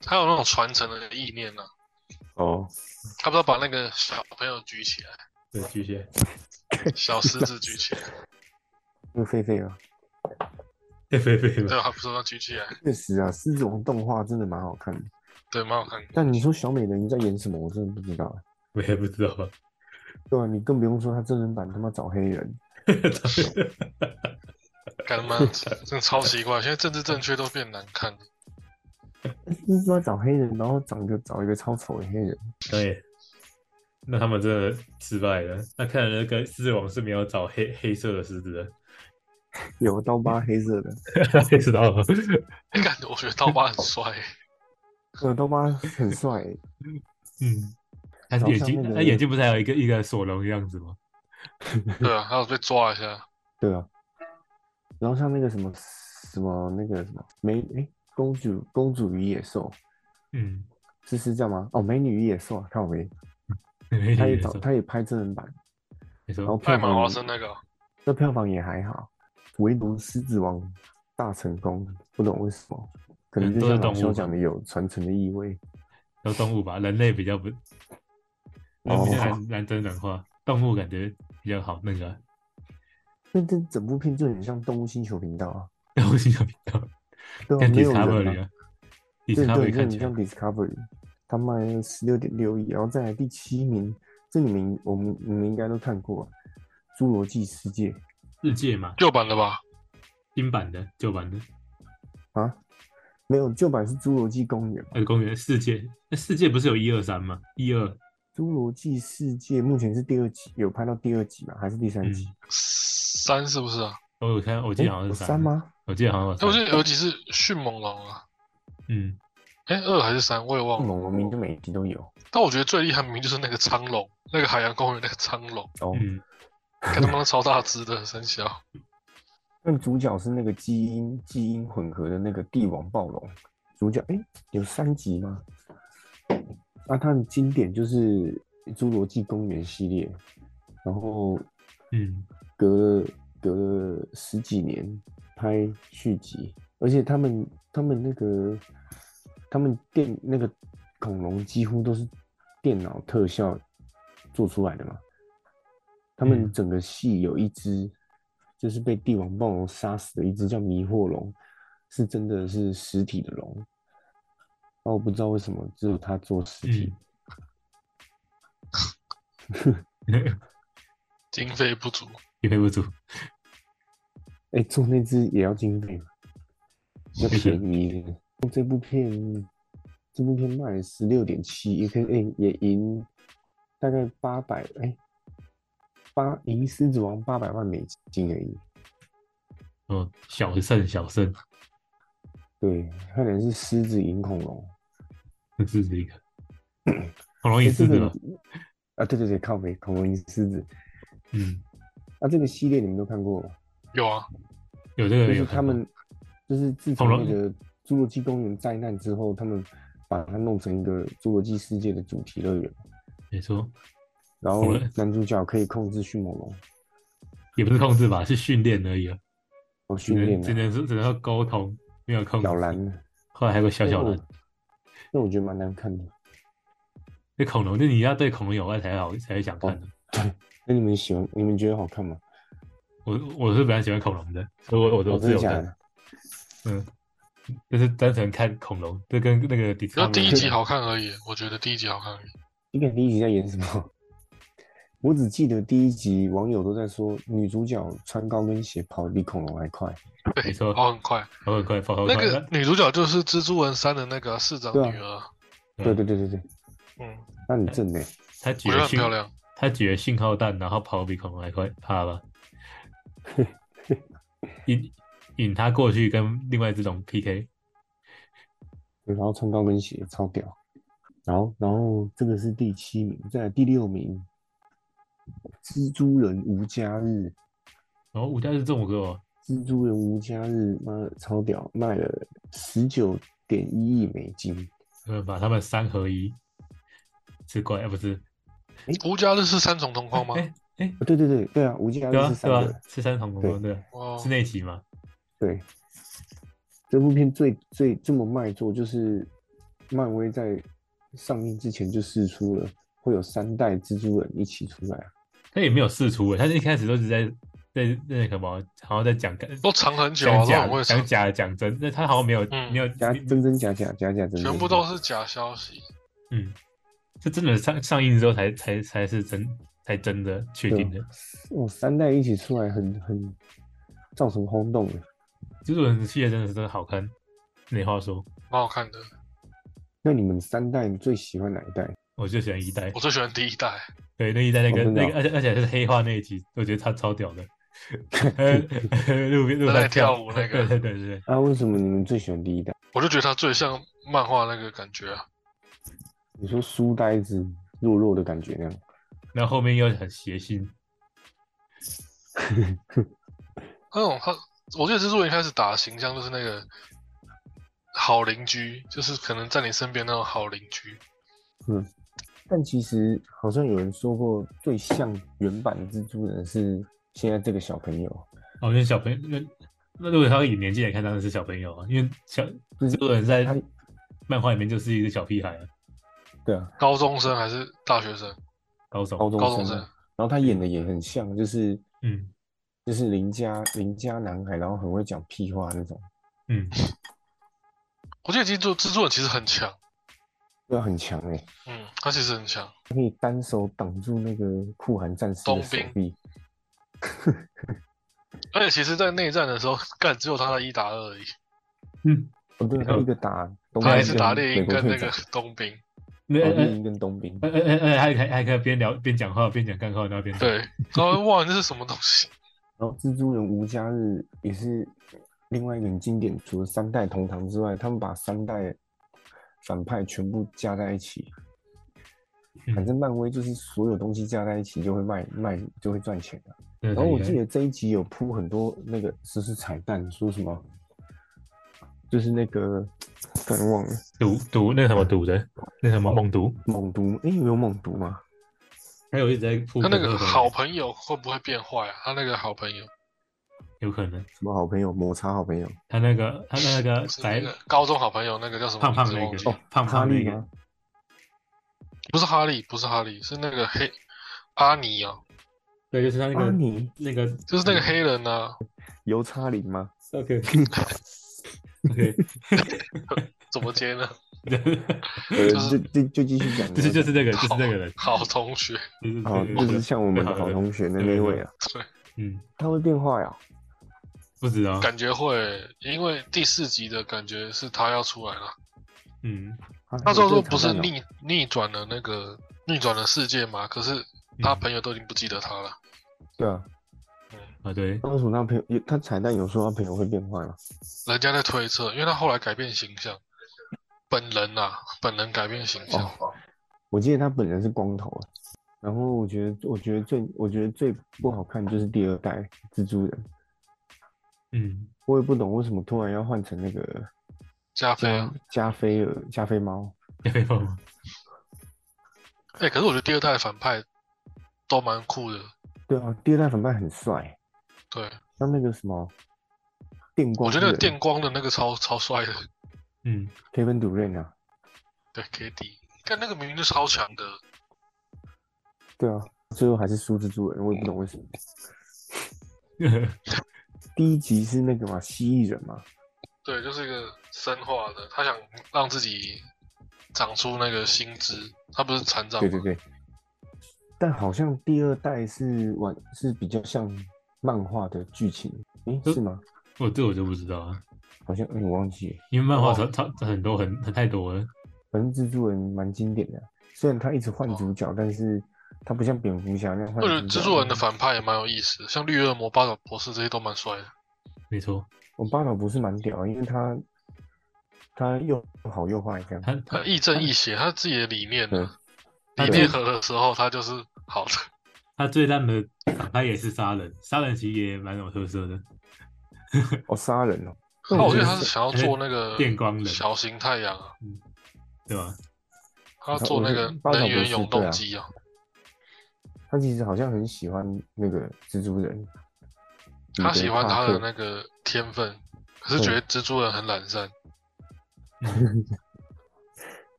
Speaker 2: 他有那种传承的意念呢、啊。
Speaker 1: 哦，
Speaker 2: 他不知道把那个小朋友举起来，
Speaker 3: 对巨蟹？
Speaker 2: 小狮子举起来，
Speaker 1: 那个狒狒啊，
Speaker 3: 对对对吧？
Speaker 2: 对，他不是说他举起来，
Speaker 1: 确实啊，狮子王动画真的蛮好看的。
Speaker 2: 对，蛮好看的。
Speaker 1: 但你说小美人鱼在演什么，我真的不知道啊。
Speaker 3: 我也不知道。
Speaker 1: 对啊，你更不用说他真人版他妈找黑人，
Speaker 2: 干他妈，真的超奇怪，现在政治正确都变难看了。
Speaker 1: 他妈找黑人，然后找一个找一个超丑的黑人，
Speaker 3: 对，那他们真的失败了。那看来那个狮子王是没有找黑黑色的狮子的，
Speaker 1: 有刀疤黑色的，
Speaker 3: 谁知道了？
Speaker 2: 哎干，我觉得刀疤很帅、欸，
Speaker 1: 有刀疤很帅欸、
Speaker 3: 嗯，他
Speaker 1: 早
Speaker 3: 眼
Speaker 1: 上
Speaker 3: 睛，
Speaker 1: 那个
Speaker 3: 他眼睛不是还有一个一个索隆的样子吗？
Speaker 2: 对啊，还有被抓一下，
Speaker 1: 对啊。然后像那个什么什么那个什么美哎、公主公主与野兽
Speaker 3: 嗯，
Speaker 1: 是是这样吗？哦，美女与野兽啊，看我没，
Speaker 3: <laughs> 没
Speaker 1: 他也
Speaker 3: 错
Speaker 1: 找他也拍真人版，
Speaker 3: 没
Speaker 1: 然后
Speaker 3: 错，
Speaker 2: 艾
Speaker 1: 票
Speaker 2: 玛华
Speaker 1: 房
Speaker 2: 森那个，
Speaker 1: 那票房也还好，唯独狮子王大成功，不懂为什么，可能
Speaker 3: 嗯
Speaker 1: 就
Speaker 3: 都是
Speaker 1: 像老
Speaker 3: 动物
Speaker 1: 肖
Speaker 3: 吧
Speaker 1: 讲的有传承的意味。
Speaker 3: 都动物吧，人类比较不，人
Speaker 1: 哦
Speaker 3: 比较难难真人化，动物感觉比较好那个 <laughs>
Speaker 1: 那这整部片就很像动物星球频道啊，
Speaker 3: 东西就比较
Speaker 1: 对啊，
Speaker 3: 跟
Speaker 1: 没有人
Speaker 3: Discovery
Speaker 1: 啊，
Speaker 3: 啊
Speaker 1: 对对，
Speaker 3: ，Discovery
Speaker 1: 就
Speaker 3: 看
Speaker 1: 很
Speaker 3: 起来
Speaker 1: 像 Discovery，他卖十六点六亿，然后再来第七名，这你们我们你们应该都看过、啊，《侏罗纪世界》
Speaker 3: 世界嘛，
Speaker 2: 旧版的吧？
Speaker 3: 新版的、旧版的，
Speaker 1: 啊，没有旧版是《侏罗纪公园》嘛，
Speaker 3: 那个呃公园世界，那世界不是有一二三吗？一二，
Speaker 1: 《侏罗纪世界》目前是第二集，有拍到第二集吗？还是第三
Speaker 3: 嗯，
Speaker 1: 集？
Speaker 2: 三是不是啊？
Speaker 3: 哦我有看，我记
Speaker 1: 诶
Speaker 3: 得好像
Speaker 1: 有
Speaker 3: 是
Speaker 1: 哦三
Speaker 3: 吗？
Speaker 1: 吗？
Speaker 3: 我记得好像有
Speaker 2: 哎，我
Speaker 3: 三
Speaker 2: 记得有几是迅猛龙啊，
Speaker 3: 嗯，
Speaker 2: 哎，二还是三，我也忘了。
Speaker 1: 猛龙明就每一集都有
Speaker 2: 但我觉得最厉害明明就是那个苍龙，那个海洋公园那个苍龙，
Speaker 1: 哦。
Speaker 3: 嗯，
Speaker 2: 看他妈超大只的三小，
Speaker 1: 那主角是那个基因基因混合的那个帝王暴龙，主角哎、诶有三集吗？那、它的经典就是《侏罗纪公园》系列，然后
Speaker 3: 嗯，
Speaker 1: 哦隔了隔了十几年拍续集，而且他们他们那个他们电那个恐龙几乎都是电脑特效做出来的嘛。他们
Speaker 3: 嗯
Speaker 1: 整个戏有一只就是被帝王暴龙杀死的一只叫迷惑龙，是真的是实体的龙。哦，我不知道为什么只有
Speaker 3: 嗯 <laughs>
Speaker 1: 他做实体，
Speaker 3: 嗯
Speaker 2: 经费不足，
Speaker 3: 经费不足，
Speaker 1: 哎、做那只也要经费嘛，要
Speaker 3: 是
Speaker 1: 便宜一点。这部片，这部片卖了十六点七，也可以，哎、也赢大概八百，哎，八赢《狮子王》八百万美金而已。
Speaker 3: 嗯，小胜小胜，
Speaker 1: 对，差点是狮子赢恐龙。
Speaker 3: 这是
Speaker 1: <laughs>
Speaker 3: 一个恐龙也
Speaker 1: 哎这
Speaker 3: 是
Speaker 1: 个
Speaker 3: 的吧？
Speaker 1: 啊，对对对，靠北恐龙赢狮子。
Speaker 3: 嗯，
Speaker 1: 啊，这个系列你们都看过吗？
Speaker 2: 有啊，
Speaker 3: 有这个
Speaker 1: 就是
Speaker 3: 有
Speaker 1: 他
Speaker 3: 看过
Speaker 1: 们，就是自从
Speaker 3: 恐
Speaker 1: 那
Speaker 3: 龙
Speaker 1: 个侏罗纪公园灾难之后，他们把它弄成一个侏罗纪世界的主题乐园，
Speaker 3: 没错，
Speaker 1: 然
Speaker 3: 恐 <laughs>
Speaker 1: 后
Speaker 3: 龙
Speaker 1: 男主角可以控制迅猛龙，
Speaker 3: 也不是控制吧， <laughs> 是训练而已啊，
Speaker 1: 哦，
Speaker 3: 只
Speaker 1: 训
Speaker 3: 能
Speaker 1: 练
Speaker 3: 只
Speaker 1: 啊
Speaker 3: 能是只能说沟通，没有控制。
Speaker 1: 小哦蓝，
Speaker 3: 后来还有个小小
Speaker 1: 那
Speaker 3: 蓝
Speaker 1: 我，那我觉得蛮难看的。
Speaker 3: 那恐龙，就你要对恐龙有爱才好，才会想
Speaker 1: 哦
Speaker 3: 看的。
Speaker 1: 那你们喜欢？你们觉得好看吗？
Speaker 3: 我我是本来喜欢恐龙的，所以我我
Speaker 1: 哦
Speaker 3: 都
Speaker 1: 真
Speaker 3: 是
Speaker 1: 的
Speaker 3: 有
Speaker 1: 假
Speaker 3: 看，
Speaker 1: 的？
Speaker 3: 嗯，就是单纯看恐龙，这跟那个迪
Speaker 2: 只要
Speaker 3: 卡
Speaker 2: 哦第一集好看而已，我觉得第一集好看而已。
Speaker 1: 你看第一集在演什么？ <laughs> 我只记得第一集网友都在说女主角穿高跟鞋跑得比恐龙还快，
Speaker 2: 对，
Speaker 3: 没错
Speaker 2: 跑很快。
Speaker 3: 跑很快，跑很快
Speaker 2: 那，个女主角就是蜘蛛人三的那个啊市长
Speaker 1: 对啊
Speaker 2: 女儿，
Speaker 3: 嗯
Speaker 1: 对对对对对，
Speaker 2: 嗯，
Speaker 1: 那很正呢、
Speaker 3: 他举
Speaker 2: 我觉得
Speaker 3: 了
Speaker 2: 很
Speaker 3: 信
Speaker 2: 漂亮。
Speaker 3: 他举了信号弹，然后跑比恐龙还快，怕
Speaker 1: <laughs>
Speaker 3: 吧？引引他过去跟另外一只龙 PK，
Speaker 1: 对然后穿高跟鞋超屌。然后，然后这个是第七名，再来第六名，蜘蛛人无家日，
Speaker 3: 然后五家是这么个哦，
Speaker 1: 蜘蛛人无家日，妈的超屌，卖了十九点一亿美金。
Speaker 3: 他们把他们三合一，是怪啊不是？
Speaker 2: 吴家日是三重同框吗？
Speaker 3: 哎哎，
Speaker 1: 哦对对对对啊，无家
Speaker 3: 对
Speaker 1: 日
Speaker 3: 啊
Speaker 1: 是
Speaker 3: 对
Speaker 1: 三
Speaker 3: 啊
Speaker 1: 个，，
Speaker 3: 是三重同框对啊，
Speaker 2: 哦
Speaker 3: 是，那集嘛？
Speaker 1: 对。这部片最最这么卖座，就是漫威在上映之前就试出了会有三代蜘蛛人一起出来啊，
Speaker 3: 他也没有试出诶，他一开始都是在在在什么，好像在讲
Speaker 2: 都藏很久啊，
Speaker 3: 讲
Speaker 2: 都
Speaker 3: 假
Speaker 2: 很会
Speaker 3: 讲
Speaker 2: 藏，
Speaker 3: 假讲真，那他好像没有
Speaker 2: 嗯
Speaker 3: 没有
Speaker 1: 假真真假假，假假真真，
Speaker 2: 全部都是假消息。
Speaker 3: 嗯，这真的上上映之后才才才是真才真的确
Speaker 1: 对
Speaker 3: 定
Speaker 1: 啊
Speaker 3: 的。
Speaker 1: 哦，三代一起出来很很造成轰动的。
Speaker 3: 蜘蛛人系列真的是真的好看，没话说。
Speaker 2: 蛮好看的。
Speaker 1: 那你们三代最喜欢哪一代？
Speaker 3: 我就喜欢一代
Speaker 2: 我，最喜欢第一代，
Speaker 3: 对那一代那个、
Speaker 1: 哦真的
Speaker 3: 那
Speaker 1: 哦
Speaker 3: 个，而且而且是黑化那一集，我觉得他超屌的。路边路
Speaker 2: 在
Speaker 3: 边
Speaker 2: 跳舞那
Speaker 3: 对
Speaker 2: 个
Speaker 3: 对对对，
Speaker 1: 啊，为什么你们最喜欢第一代？
Speaker 2: 我就觉得它最像漫画那个感觉啊。
Speaker 1: 你说书呆子弱弱的感觉那样，
Speaker 3: 然后后面又很邪性，
Speaker 2: 那种他，我记得蜘蛛人一开始打的形象就是那个好邻居，就是可能在你身边那种好邻居。
Speaker 1: 但其实好像有人说过，最像原版的蜘蛛人是现在这个小朋友，
Speaker 3: 哦，那小朋友那那如果他以年纪来看，当然是小朋友啊，因为小
Speaker 1: 不是
Speaker 3: 蜘蛛人在
Speaker 1: 他
Speaker 3: 漫画里面就是一个小屁孩啊，
Speaker 1: 对啊，
Speaker 2: 高中生还是大学生？
Speaker 3: 高手。
Speaker 1: 高中
Speaker 2: 高中
Speaker 1: 生
Speaker 2: 生
Speaker 1: 啊，然后他演的也很像，就是
Speaker 3: 嗯
Speaker 1: 就是邻家邻家男孩，然后很会讲屁话那种，
Speaker 3: 嗯，
Speaker 2: 我记得蜘蛛蜘蛛人其实很强，
Speaker 1: 对啊，很强哎、欸，
Speaker 2: 嗯，他其实很强。
Speaker 1: 可以单手挡住那个酷寒战士的
Speaker 2: 冬
Speaker 1: 手
Speaker 2: 兵
Speaker 1: 臂，
Speaker 2: 而且其实，在内战的时候， <laughs> 干只有他的一打二而已，
Speaker 3: 嗯
Speaker 1: 哦对啊，他一个打冬
Speaker 2: 嗯他
Speaker 1: 兵
Speaker 2: 还是打猎
Speaker 1: 美
Speaker 2: 鹰
Speaker 1: 国
Speaker 2: 跟那
Speaker 1: 队
Speaker 2: 个
Speaker 1: 长，
Speaker 2: 冬兵。
Speaker 3: 那
Speaker 1: 打猎
Speaker 3: 呃
Speaker 1: 鹰跟冬兵，
Speaker 3: 呃呃呃，还还还可以边聊边讲话边讲干话，然后边
Speaker 2: 对，然后哇，这是什么东西？
Speaker 1: 然后蜘蛛人无家日也是另外一个很经典，除了三代同堂之外，他们把三代反派全部加在一起。
Speaker 3: 嗯
Speaker 1: 反正漫威就是所有东西加在一起就会卖卖就会赚钱的。
Speaker 3: 然
Speaker 1: 然后我记得这一集有铺很多那个就是彩蛋，说什么就是那个突然忘了
Speaker 3: 赌赌那什么赌的，那什
Speaker 1: 哦
Speaker 3: 么猛毒，
Speaker 1: 猛毒，哎、有猛毒吗？
Speaker 3: 还有一直在扑
Speaker 2: 他
Speaker 3: 克
Speaker 2: 那
Speaker 3: 什么的
Speaker 2: 个好朋友会不会变坏啊？他那个好朋友，
Speaker 3: 有可能，
Speaker 1: 什么好朋友摩擦好朋友？
Speaker 3: 他那个他那个
Speaker 2: 是
Speaker 3: 白
Speaker 2: 那个高中好朋友，那个叫什么
Speaker 3: 胖
Speaker 2: 名
Speaker 3: 胖
Speaker 2: 字？
Speaker 3: 那
Speaker 2: 忘
Speaker 3: 个
Speaker 2: 记了，
Speaker 3: 胖
Speaker 1: 哈
Speaker 3: 胖那
Speaker 1: 利
Speaker 3: 个
Speaker 1: 哦吗？
Speaker 2: 不是哈利，不是哈利，是那个黑阿尼啊，
Speaker 3: 对，就是他那
Speaker 1: 阿
Speaker 3: 个
Speaker 1: 尼
Speaker 3: 那个
Speaker 2: 就是那个黑人啊，
Speaker 1: 尤
Speaker 3: <laughs>
Speaker 1: 叉林吗？
Speaker 3: OK OK，
Speaker 2: 怎么接呢？
Speaker 1: 呃，
Speaker 2: 就是
Speaker 1: 就就就继续讲，
Speaker 3: 就是就是那个就是那个人，
Speaker 2: 好同学，
Speaker 3: 就是
Speaker 1: 好，哦就
Speaker 3: 那个
Speaker 1: 是
Speaker 3: 人
Speaker 1: 像我们的好同学的那位啊，
Speaker 2: 对，
Speaker 3: 嗯，
Speaker 1: 他会变坏啊，
Speaker 3: 不哦知道，
Speaker 2: 感觉会，因为第四集的感觉是他要出来了。
Speaker 3: 嗯
Speaker 1: 啊
Speaker 2: 那时候
Speaker 1: 有这
Speaker 2: 说
Speaker 1: 个
Speaker 2: 不是
Speaker 1: 挑战哦
Speaker 2: 逆逆转了那个逆转了世界嘛，可是
Speaker 3: 嗯
Speaker 2: 他朋友都已经不记得他了。
Speaker 1: 对啊，
Speaker 3: 啊对，
Speaker 1: 那为什么他朋友有他彩蛋有说他朋友会变坏吗？
Speaker 2: 人家在推测，因为他后来改变形象，本人呐、本人改变形象，
Speaker 1: 哦，我记得他本人是光头啊。然后我觉得，我觉得最我觉得最不好看就是第二代蜘蛛人，
Speaker 3: 嗯，
Speaker 1: 我也不懂为什么突然要换成那个
Speaker 2: 加菲啊
Speaker 1: 加。加菲尔加菲猫，
Speaker 3: 要被放吗？
Speaker 2: 哎、可是我觉得第二代的反派都蛮酷的，
Speaker 1: 对啊，第二代反派很帅，
Speaker 2: 对
Speaker 1: 像那个什么电光
Speaker 2: 我
Speaker 1: 人，
Speaker 2: 觉得那个电光的那个超超帅的， <laughs>
Speaker 3: 嗯， <laughs>
Speaker 1: Kevin Durant 啊，
Speaker 2: 对 KD，看那个明明就超强的，
Speaker 1: 对啊，最后还是输蜘蛛人，我也不懂为什么。第一集是那个嘛蜥蜴人嘛，
Speaker 2: 对，就是一个生化的，他想让自己长出那个新枝，他不是残障
Speaker 1: 对
Speaker 2: 吗？
Speaker 1: 对对。但好像第二代是玩是比较像漫画的剧情，诶、
Speaker 3: 嗯
Speaker 1: 是吗？
Speaker 3: 我这我就不知道啊，
Speaker 1: 好像、嗯我忘记了。
Speaker 3: 因为漫画
Speaker 2: 哦
Speaker 3: 超超很多很很太多了，
Speaker 1: 反正蜘蛛人蛮经典的啊，虽然他一直换
Speaker 2: 哦
Speaker 1: 主角，但是他不像蝙蝠侠那样换
Speaker 2: 我觉得
Speaker 1: 主角
Speaker 2: 蜘蛛人的反派也蛮有意思的，像绿恶魔、巴掌博士这些都蛮帅的。
Speaker 1: <laughs>
Speaker 3: 没错，
Speaker 1: 我巴岛不是蛮屌的，因为他他又好又坏这样。
Speaker 3: 他他
Speaker 2: 他亦正亦邪，他自己的理念
Speaker 1: 对
Speaker 2: 呢，
Speaker 3: 他
Speaker 2: 理
Speaker 1: 对
Speaker 2: 念合的时候，他就是好
Speaker 1: <laughs>
Speaker 2: 的。
Speaker 3: 他最烂的反派也是杀人，杀人其实也蛮有特色的，
Speaker 1: 哦，杀人哦，
Speaker 2: 那
Speaker 1: 我觉
Speaker 2: 我
Speaker 1: 得
Speaker 2: 觉得他是
Speaker 1: 是
Speaker 2: 想要做那个
Speaker 3: 哎电光人
Speaker 2: 呃小型太阳啊，
Speaker 3: 对吧？
Speaker 2: 他要
Speaker 1: 嗯
Speaker 2: 做那个
Speaker 1: 巴掌博
Speaker 2: 能源
Speaker 1: 士
Speaker 2: 永
Speaker 1: 对
Speaker 2: 动
Speaker 1: 啊
Speaker 2: 机啊。
Speaker 1: 他其实好像很喜欢那个蜘蛛人。彼
Speaker 2: 他
Speaker 1: 得
Speaker 2: 喜欢
Speaker 1: 帕嗯
Speaker 2: 他
Speaker 1: 克嗯
Speaker 2: 的那个天分，可是觉得蜘蛛人很懒散。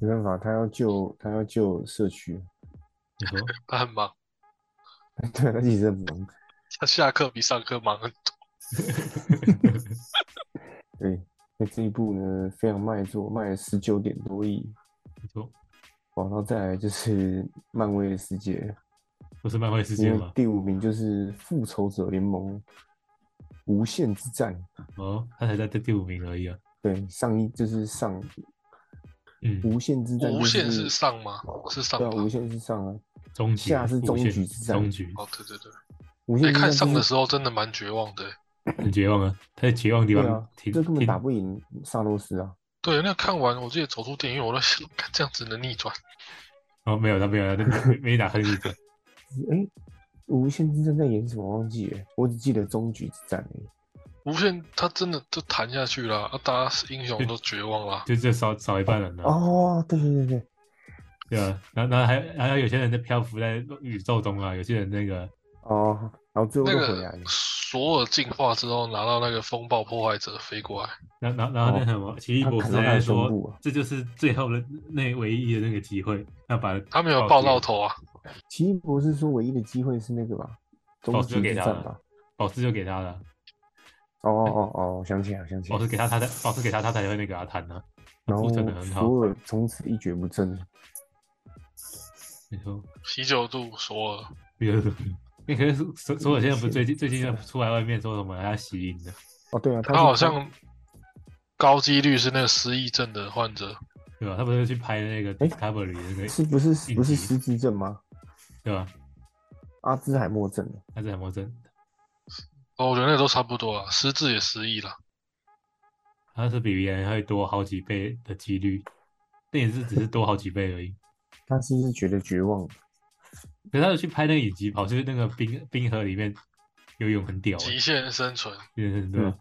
Speaker 1: 没办法，他要救他要救社区， <laughs>
Speaker 3: 没错，
Speaker 2: 他很忙，
Speaker 1: 对他其实很忙，
Speaker 2: 他下课比上课忙很多。
Speaker 1: 对。那这一部呢非常卖座，卖了十九点多亿，
Speaker 3: 没错，
Speaker 1: 哇！然后再来就是漫威的世界，
Speaker 3: 不是漫威世界
Speaker 1: 因为
Speaker 3: 嘛？
Speaker 1: 第五名就是复仇者联盟无限之战，
Speaker 2: 嗯
Speaker 3: 哦，他才在第第五名而已啊，
Speaker 1: 对，上一就是上
Speaker 3: 嗯，
Speaker 1: 无限之战、就是，
Speaker 2: 无限是上吗？是上
Speaker 1: 对
Speaker 2: 吧
Speaker 1: 啊，？无限之上啊，
Speaker 3: 终局
Speaker 1: 下是
Speaker 3: 无
Speaker 1: 终
Speaker 3: 限
Speaker 1: 局之战
Speaker 3: 终局
Speaker 2: 哦，对对对。
Speaker 1: 无限之
Speaker 2: 哎，
Speaker 1: 战、
Speaker 2: 看
Speaker 1: 就是
Speaker 2: 上的时候真的蛮绝望的。欸
Speaker 3: 很绝望啊，他在绝望的地
Speaker 1: 对
Speaker 3: 方
Speaker 1: 啊，
Speaker 3: 停
Speaker 1: 这根本
Speaker 3: 停
Speaker 1: 打不赢萨洛斯啊，
Speaker 2: 对，那看完我自己走出电影院，我在想，看这样子能逆转？
Speaker 3: 哦，没有他没有他没 <laughs> 没打亨利的，
Speaker 1: 哎、无限之战在演什么我忘记了，我只记得终局之战而已。
Speaker 2: 无限他真的就弹下去了，啊，大家英雄都绝望
Speaker 1: <laughs>
Speaker 2: 了。
Speaker 3: 就就少少一半人了、
Speaker 1: 哦，对对对对，
Speaker 3: 对啊，然后然后还还有有些人在漂浮在宇宙中啊，有些人那个
Speaker 1: 哦，然后最后
Speaker 2: 那
Speaker 1: 又回来
Speaker 2: 个
Speaker 1: 了，
Speaker 2: 索尔进化之后拿到那个风暴破坏者飞过来，
Speaker 3: 然后然后然后那什么，奇异博士
Speaker 1: 哦他
Speaker 3: 还在
Speaker 1: 砍到他的胸部
Speaker 3: 说
Speaker 1: 啊，
Speaker 3: 这就是最后的那唯一的那个机会，要把
Speaker 2: 他没有爆到头啊，
Speaker 1: 奇异博士说唯一的机会是那个吧，终
Speaker 3: 哦就
Speaker 1: 局
Speaker 3: 给
Speaker 1: 之
Speaker 3: 他
Speaker 1: 战
Speaker 3: 了
Speaker 1: 吧。
Speaker 3: 保持就给他了，
Speaker 1: 哦哦哦，我想起来，我想起来
Speaker 3: 保持。给他他才保持给他他才会那个啊谈啊，
Speaker 1: 然后
Speaker 3: 铺陈的很好，
Speaker 1: 索尔从此一蹶不振，
Speaker 3: 没错，
Speaker 2: 啤酒肚索尔。
Speaker 3: 比如说。你可是所所有现在不是最近最近要出来外面说什么要吸引的，
Speaker 1: 哦，对啊，他
Speaker 2: 他
Speaker 1: 是
Speaker 2: 好像高几率是那个失忆症的患者，
Speaker 3: 对吧？他不是去拍那个
Speaker 1: 哎
Speaker 3: Discovery 的那个
Speaker 1: 是不是
Speaker 3: 应
Speaker 1: 不是
Speaker 3: 急
Speaker 1: 失智症吗？
Speaker 3: 对吧？
Speaker 1: 阿兹海默症，啊
Speaker 3: 他是很魔怔，
Speaker 2: 哦，我觉得那都差不多了，失智也失忆
Speaker 1: 哦
Speaker 2: 了。
Speaker 3: 他是比别人会多好几倍的几率，那也是只是多好几倍而已。
Speaker 1: 他是不是觉得绝望？
Speaker 3: 可是他有去拍那个影集跑去那个冰冰河里面游泳，很屌、欸
Speaker 2: 极，限生存，
Speaker 3: 嗯对吧？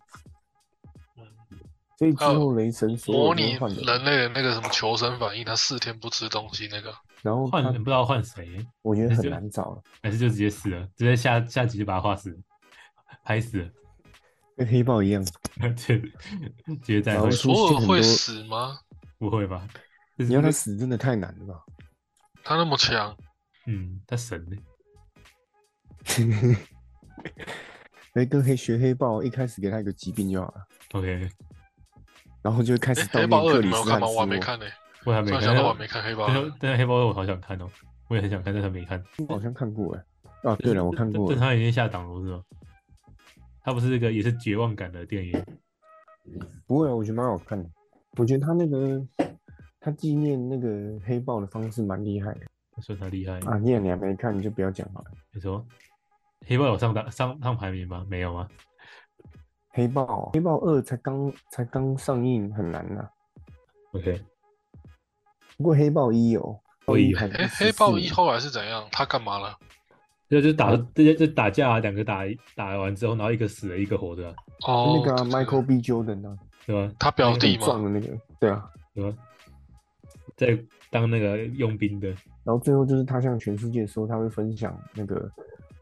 Speaker 1: 所以之
Speaker 2: 还有
Speaker 1: 后雷神所有
Speaker 2: 呃模
Speaker 1: 都
Speaker 2: 拟
Speaker 1: 换
Speaker 2: 人类的那个什么求生反应，他四天不吃东西那个，
Speaker 1: 然后
Speaker 3: 换、
Speaker 1: 他
Speaker 3: 不知道换谁欸，
Speaker 1: 我觉得
Speaker 3: 你
Speaker 1: 很
Speaker 3: 觉得
Speaker 1: 难找了。
Speaker 3: 还是就直接死了，直接下下集就把他画死了，拍死了， <laughs>
Speaker 1: 跟黑豹一样，
Speaker 3: 对，直接再
Speaker 1: 然
Speaker 3: 会
Speaker 1: 后出
Speaker 2: 索
Speaker 1: 现
Speaker 2: 尔
Speaker 1: 很
Speaker 2: 会
Speaker 1: 多。
Speaker 2: 死吗？
Speaker 3: 不会吧？
Speaker 1: 你要他死真的太难了吧？ <laughs>
Speaker 2: 他那么强，
Speaker 3: 嗯，他神呢、
Speaker 1: 哎，跟黑学黑豹一开始给他一个疾病就好了。
Speaker 3: OK，
Speaker 1: 然后就开始悼
Speaker 2: 诶黑
Speaker 1: 念
Speaker 2: 豹
Speaker 1: 克
Speaker 2: 二你
Speaker 1: 里斯坦
Speaker 2: 们有看吗？我还
Speaker 1: 斯
Speaker 2: 没
Speaker 1: 沃
Speaker 2: 看呢、
Speaker 3: 我还没
Speaker 2: 突
Speaker 3: 看。
Speaker 2: 然想到我还没看黑豹
Speaker 3: 但
Speaker 2: 二
Speaker 3: 是。但是黑豹二我好想看哦，我也很想看，但是没看。
Speaker 1: 我好像看过哎。啊，对了，我看过
Speaker 3: 但
Speaker 1: 了。
Speaker 3: 他已经下档了，不是吗？他不是一个也是绝望感的电影，
Speaker 1: 不会啊，我觉得蛮好看的。我觉得他那个他纪念那个黑豹的方式蛮厉害的
Speaker 3: 说他厉害。
Speaker 1: 啊。你也你还没看，你就不要讲好了。
Speaker 3: 你说黑豹有上档上上排名吗？没有吗？
Speaker 1: 黑豹，哦黑豹二才刚才刚上映，很难呐、
Speaker 3: OK，
Speaker 1: 不过黑豹一哦有，
Speaker 3: 我以为
Speaker 1: 还
Speaker 2: 哎、
Speaker 1: 不是
Speaker 2: 黑豹
Speaker 1: 四
Speaker 2: 一后来是怎样？他干嘛了？
Speaker 3: 这就是打，
Speaker 1: 嗯
Speaker 3: 这就就打架啊，两个打打完之后，然后一个死了，一个活着啊、
Speaker 2: 哦，
Speaker 1: 那个、啊
Speaker 2: 对
Speaker 1: Michael B. Jordan 啊，
Speaker 3: 对吧？
Speaker 2: 他表
Speaker 1: 很
Speaker 2: 弟
Speaker 1: 壮
Speaker 2: 嘛，
Speaker 1: 的那个，对啊。
Speaker 3: 对吧？在当那个佣兵的
Speaker 1: 然后最后就是他向全世界说他会分享那个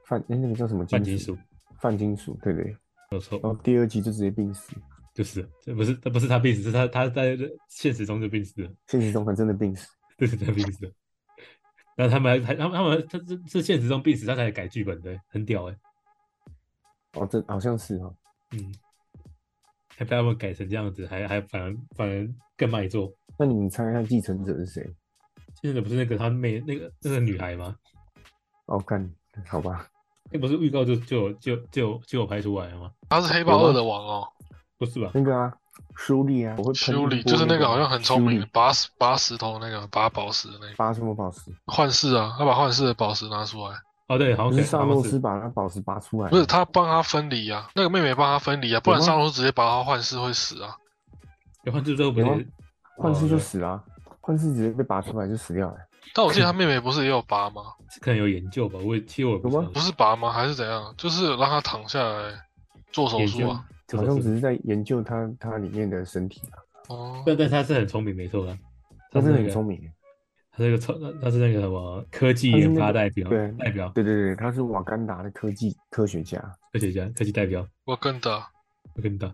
Speaker 1: 泛哎、那个叫什么
Speaker 3: 半
Speaker 1: 金
Speaker 3: 金
Speaker 1: 属？
Speaker 3: 属，
Speaker 1: 泛金属，对对。
Speaker 3: 没有错，
Speaker 1: 然后第二集就直接病死，
Speaker 3: 就是这不是这不是他病死，是他他在现实中就病死了，
Speaker 1: 现实中还真的病死。
Speaker 3: 这是他病死了。然后他们还还他们他们他是是现实中病死，他才改剧本的，很屌哎、
Speaker 1: 哦，这好像是哈、哦。
Speaker 3: 嗯，还被他们改成这样子，还还反而反而更卖座。
Speaker 1: 那你们猜一下继承者是谁？
Speaker 3: 现在不是那个他妹那个那个女孩吗？
Speaker 1: 哦，看，好吧，
Speaker 3: 那不是预告就就有就就有就有拍出来了吗？
Speaker 2: 他是黑豹二的王哦。
Speaker 3: 不是吧？
Speaker 1: 那个啊，修理啊，我会喷
Speaker 2: 修理
Speaker 1: 一波
Speaker 2: 就是那
Speaker 1: 那
Speaker 2: 个好像很聪明
Speaker 1: 修
Speaker 2: 的，
Speaker 1: 理，
Speaker 2: 拔石拔石头那个拔宝石的那个
Speaker 1: 拔什么宝石？
Speaker 2: 幻视啊，他把幻视的宝石拿出
Speaker 1: 哎
Speaker 2: 来，
Speaker 3: 哦，对，
Speaker 1: 不
Speaker 3: 好
Speaker 1: 是
Speaker 3: 像改
Speaker 1: 萨
Speaker 3: 好像
Speaker 1: 诺
Speaker 3: 是
Speaker 1: 斯把那宝石拔出来，
Speaker 2: 不是他帮他分离啊，那个妹妹帮他分离啊，不然
Speaker 1: 有吗
Speaker 2: 上路直接拔他幻视会死啊。
Speaker 3: 有换之后不是
Speaker 1: 有
Speaker 3: 也
Speaker 1: 吗
Speaker 3: 是
Speaker 1: 幻视
Speaker 3: 哦
Speaker 1: 就
Speaker 3: 对
Speaker 1: 死了、啊，幻视直接被拔出来就死掉了。
Speaker 2: 但我记得他妹妹不是也有
Speaker 1: <coughs>
Speaker 2: 拔吗？
Speaker 3: 可能有研究吧？我也其实我也不
Speaker 1: 有吗
Speaker 3: 知
Speaker 2: 不
Speaker 3: 道
Speaker 2: 是拔吗？还是怎样？就是让他躺下来做手
Speaker 3: 研
Speaker 2: 术
Speaker 3: 究
Speaker 2: 啊。
Speaker 3: 这
Speaker 1: 好
Speaker 3: 种
Speaker 1: 像
Speaker 3: 事
Speaker 1: 只是在研究它它里面的身体啊，
Speaker 2: 哦，
Speaker 3: 但但他是很聪明，没错啦。
Speaker 1: 它真的
Speaker 3: 那
Speaker 1: 很
Speaker 3: 个
Speaker 1: 聪，明。欸
Speaker 3: 他是个聪，他是那个什么科技
Speaker 1: 他是
Speaker 3: 研
Speaker 1: 那
Speaker 3: 发
Speaker 1: 个
Speaker 3: 代表，
Speaker 1: 对
Speaker 3: 代表
Speaker 1: 对对对，他是瓦干达的科技科学家。
Speaker 3: 科学家，科技代表，
Speaker 2: 我跟的啊
Speaker 3: 我跟你打。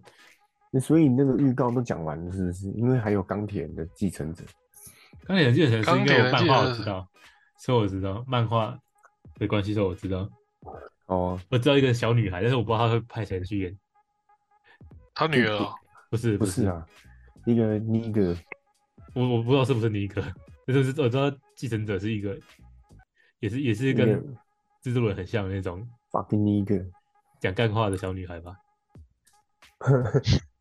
Speaker 1: 所以那个预告都讲完了，是不是？因为还有钢铁人的继承者，
Speaker 3: 钢铁人记得是因
Speaker 2: 钢铁
Speaker 3: 为我
Speaker 2: 人
Speaker 3: 漫
Speaker 2: 记
Speaker 3: 画
Speaker 2: 得
Speaker 3: 我知道，所以我知道漫画的关系，所以我知道，
Speaker 1: 哦，
Speaker 3: 我知道一个小女孩，但是我不知道她会派谁去演，
Speaker 2: 他女儿啊
Speaker 3: 不是
Speaker 1: 不
Speaker 3: 是
Speaker 1: 是，啊，一个尼格，
Speaker 3: 我我不知道是不是尼克，就是我知道继承者是一个，也是也是
Speaker 1: 一个
Speaker 3: 跟蜘蛛人很像的那种
Speaker 1: fucking 尼格，
Speaker 3: 讲干话的小女孩吧。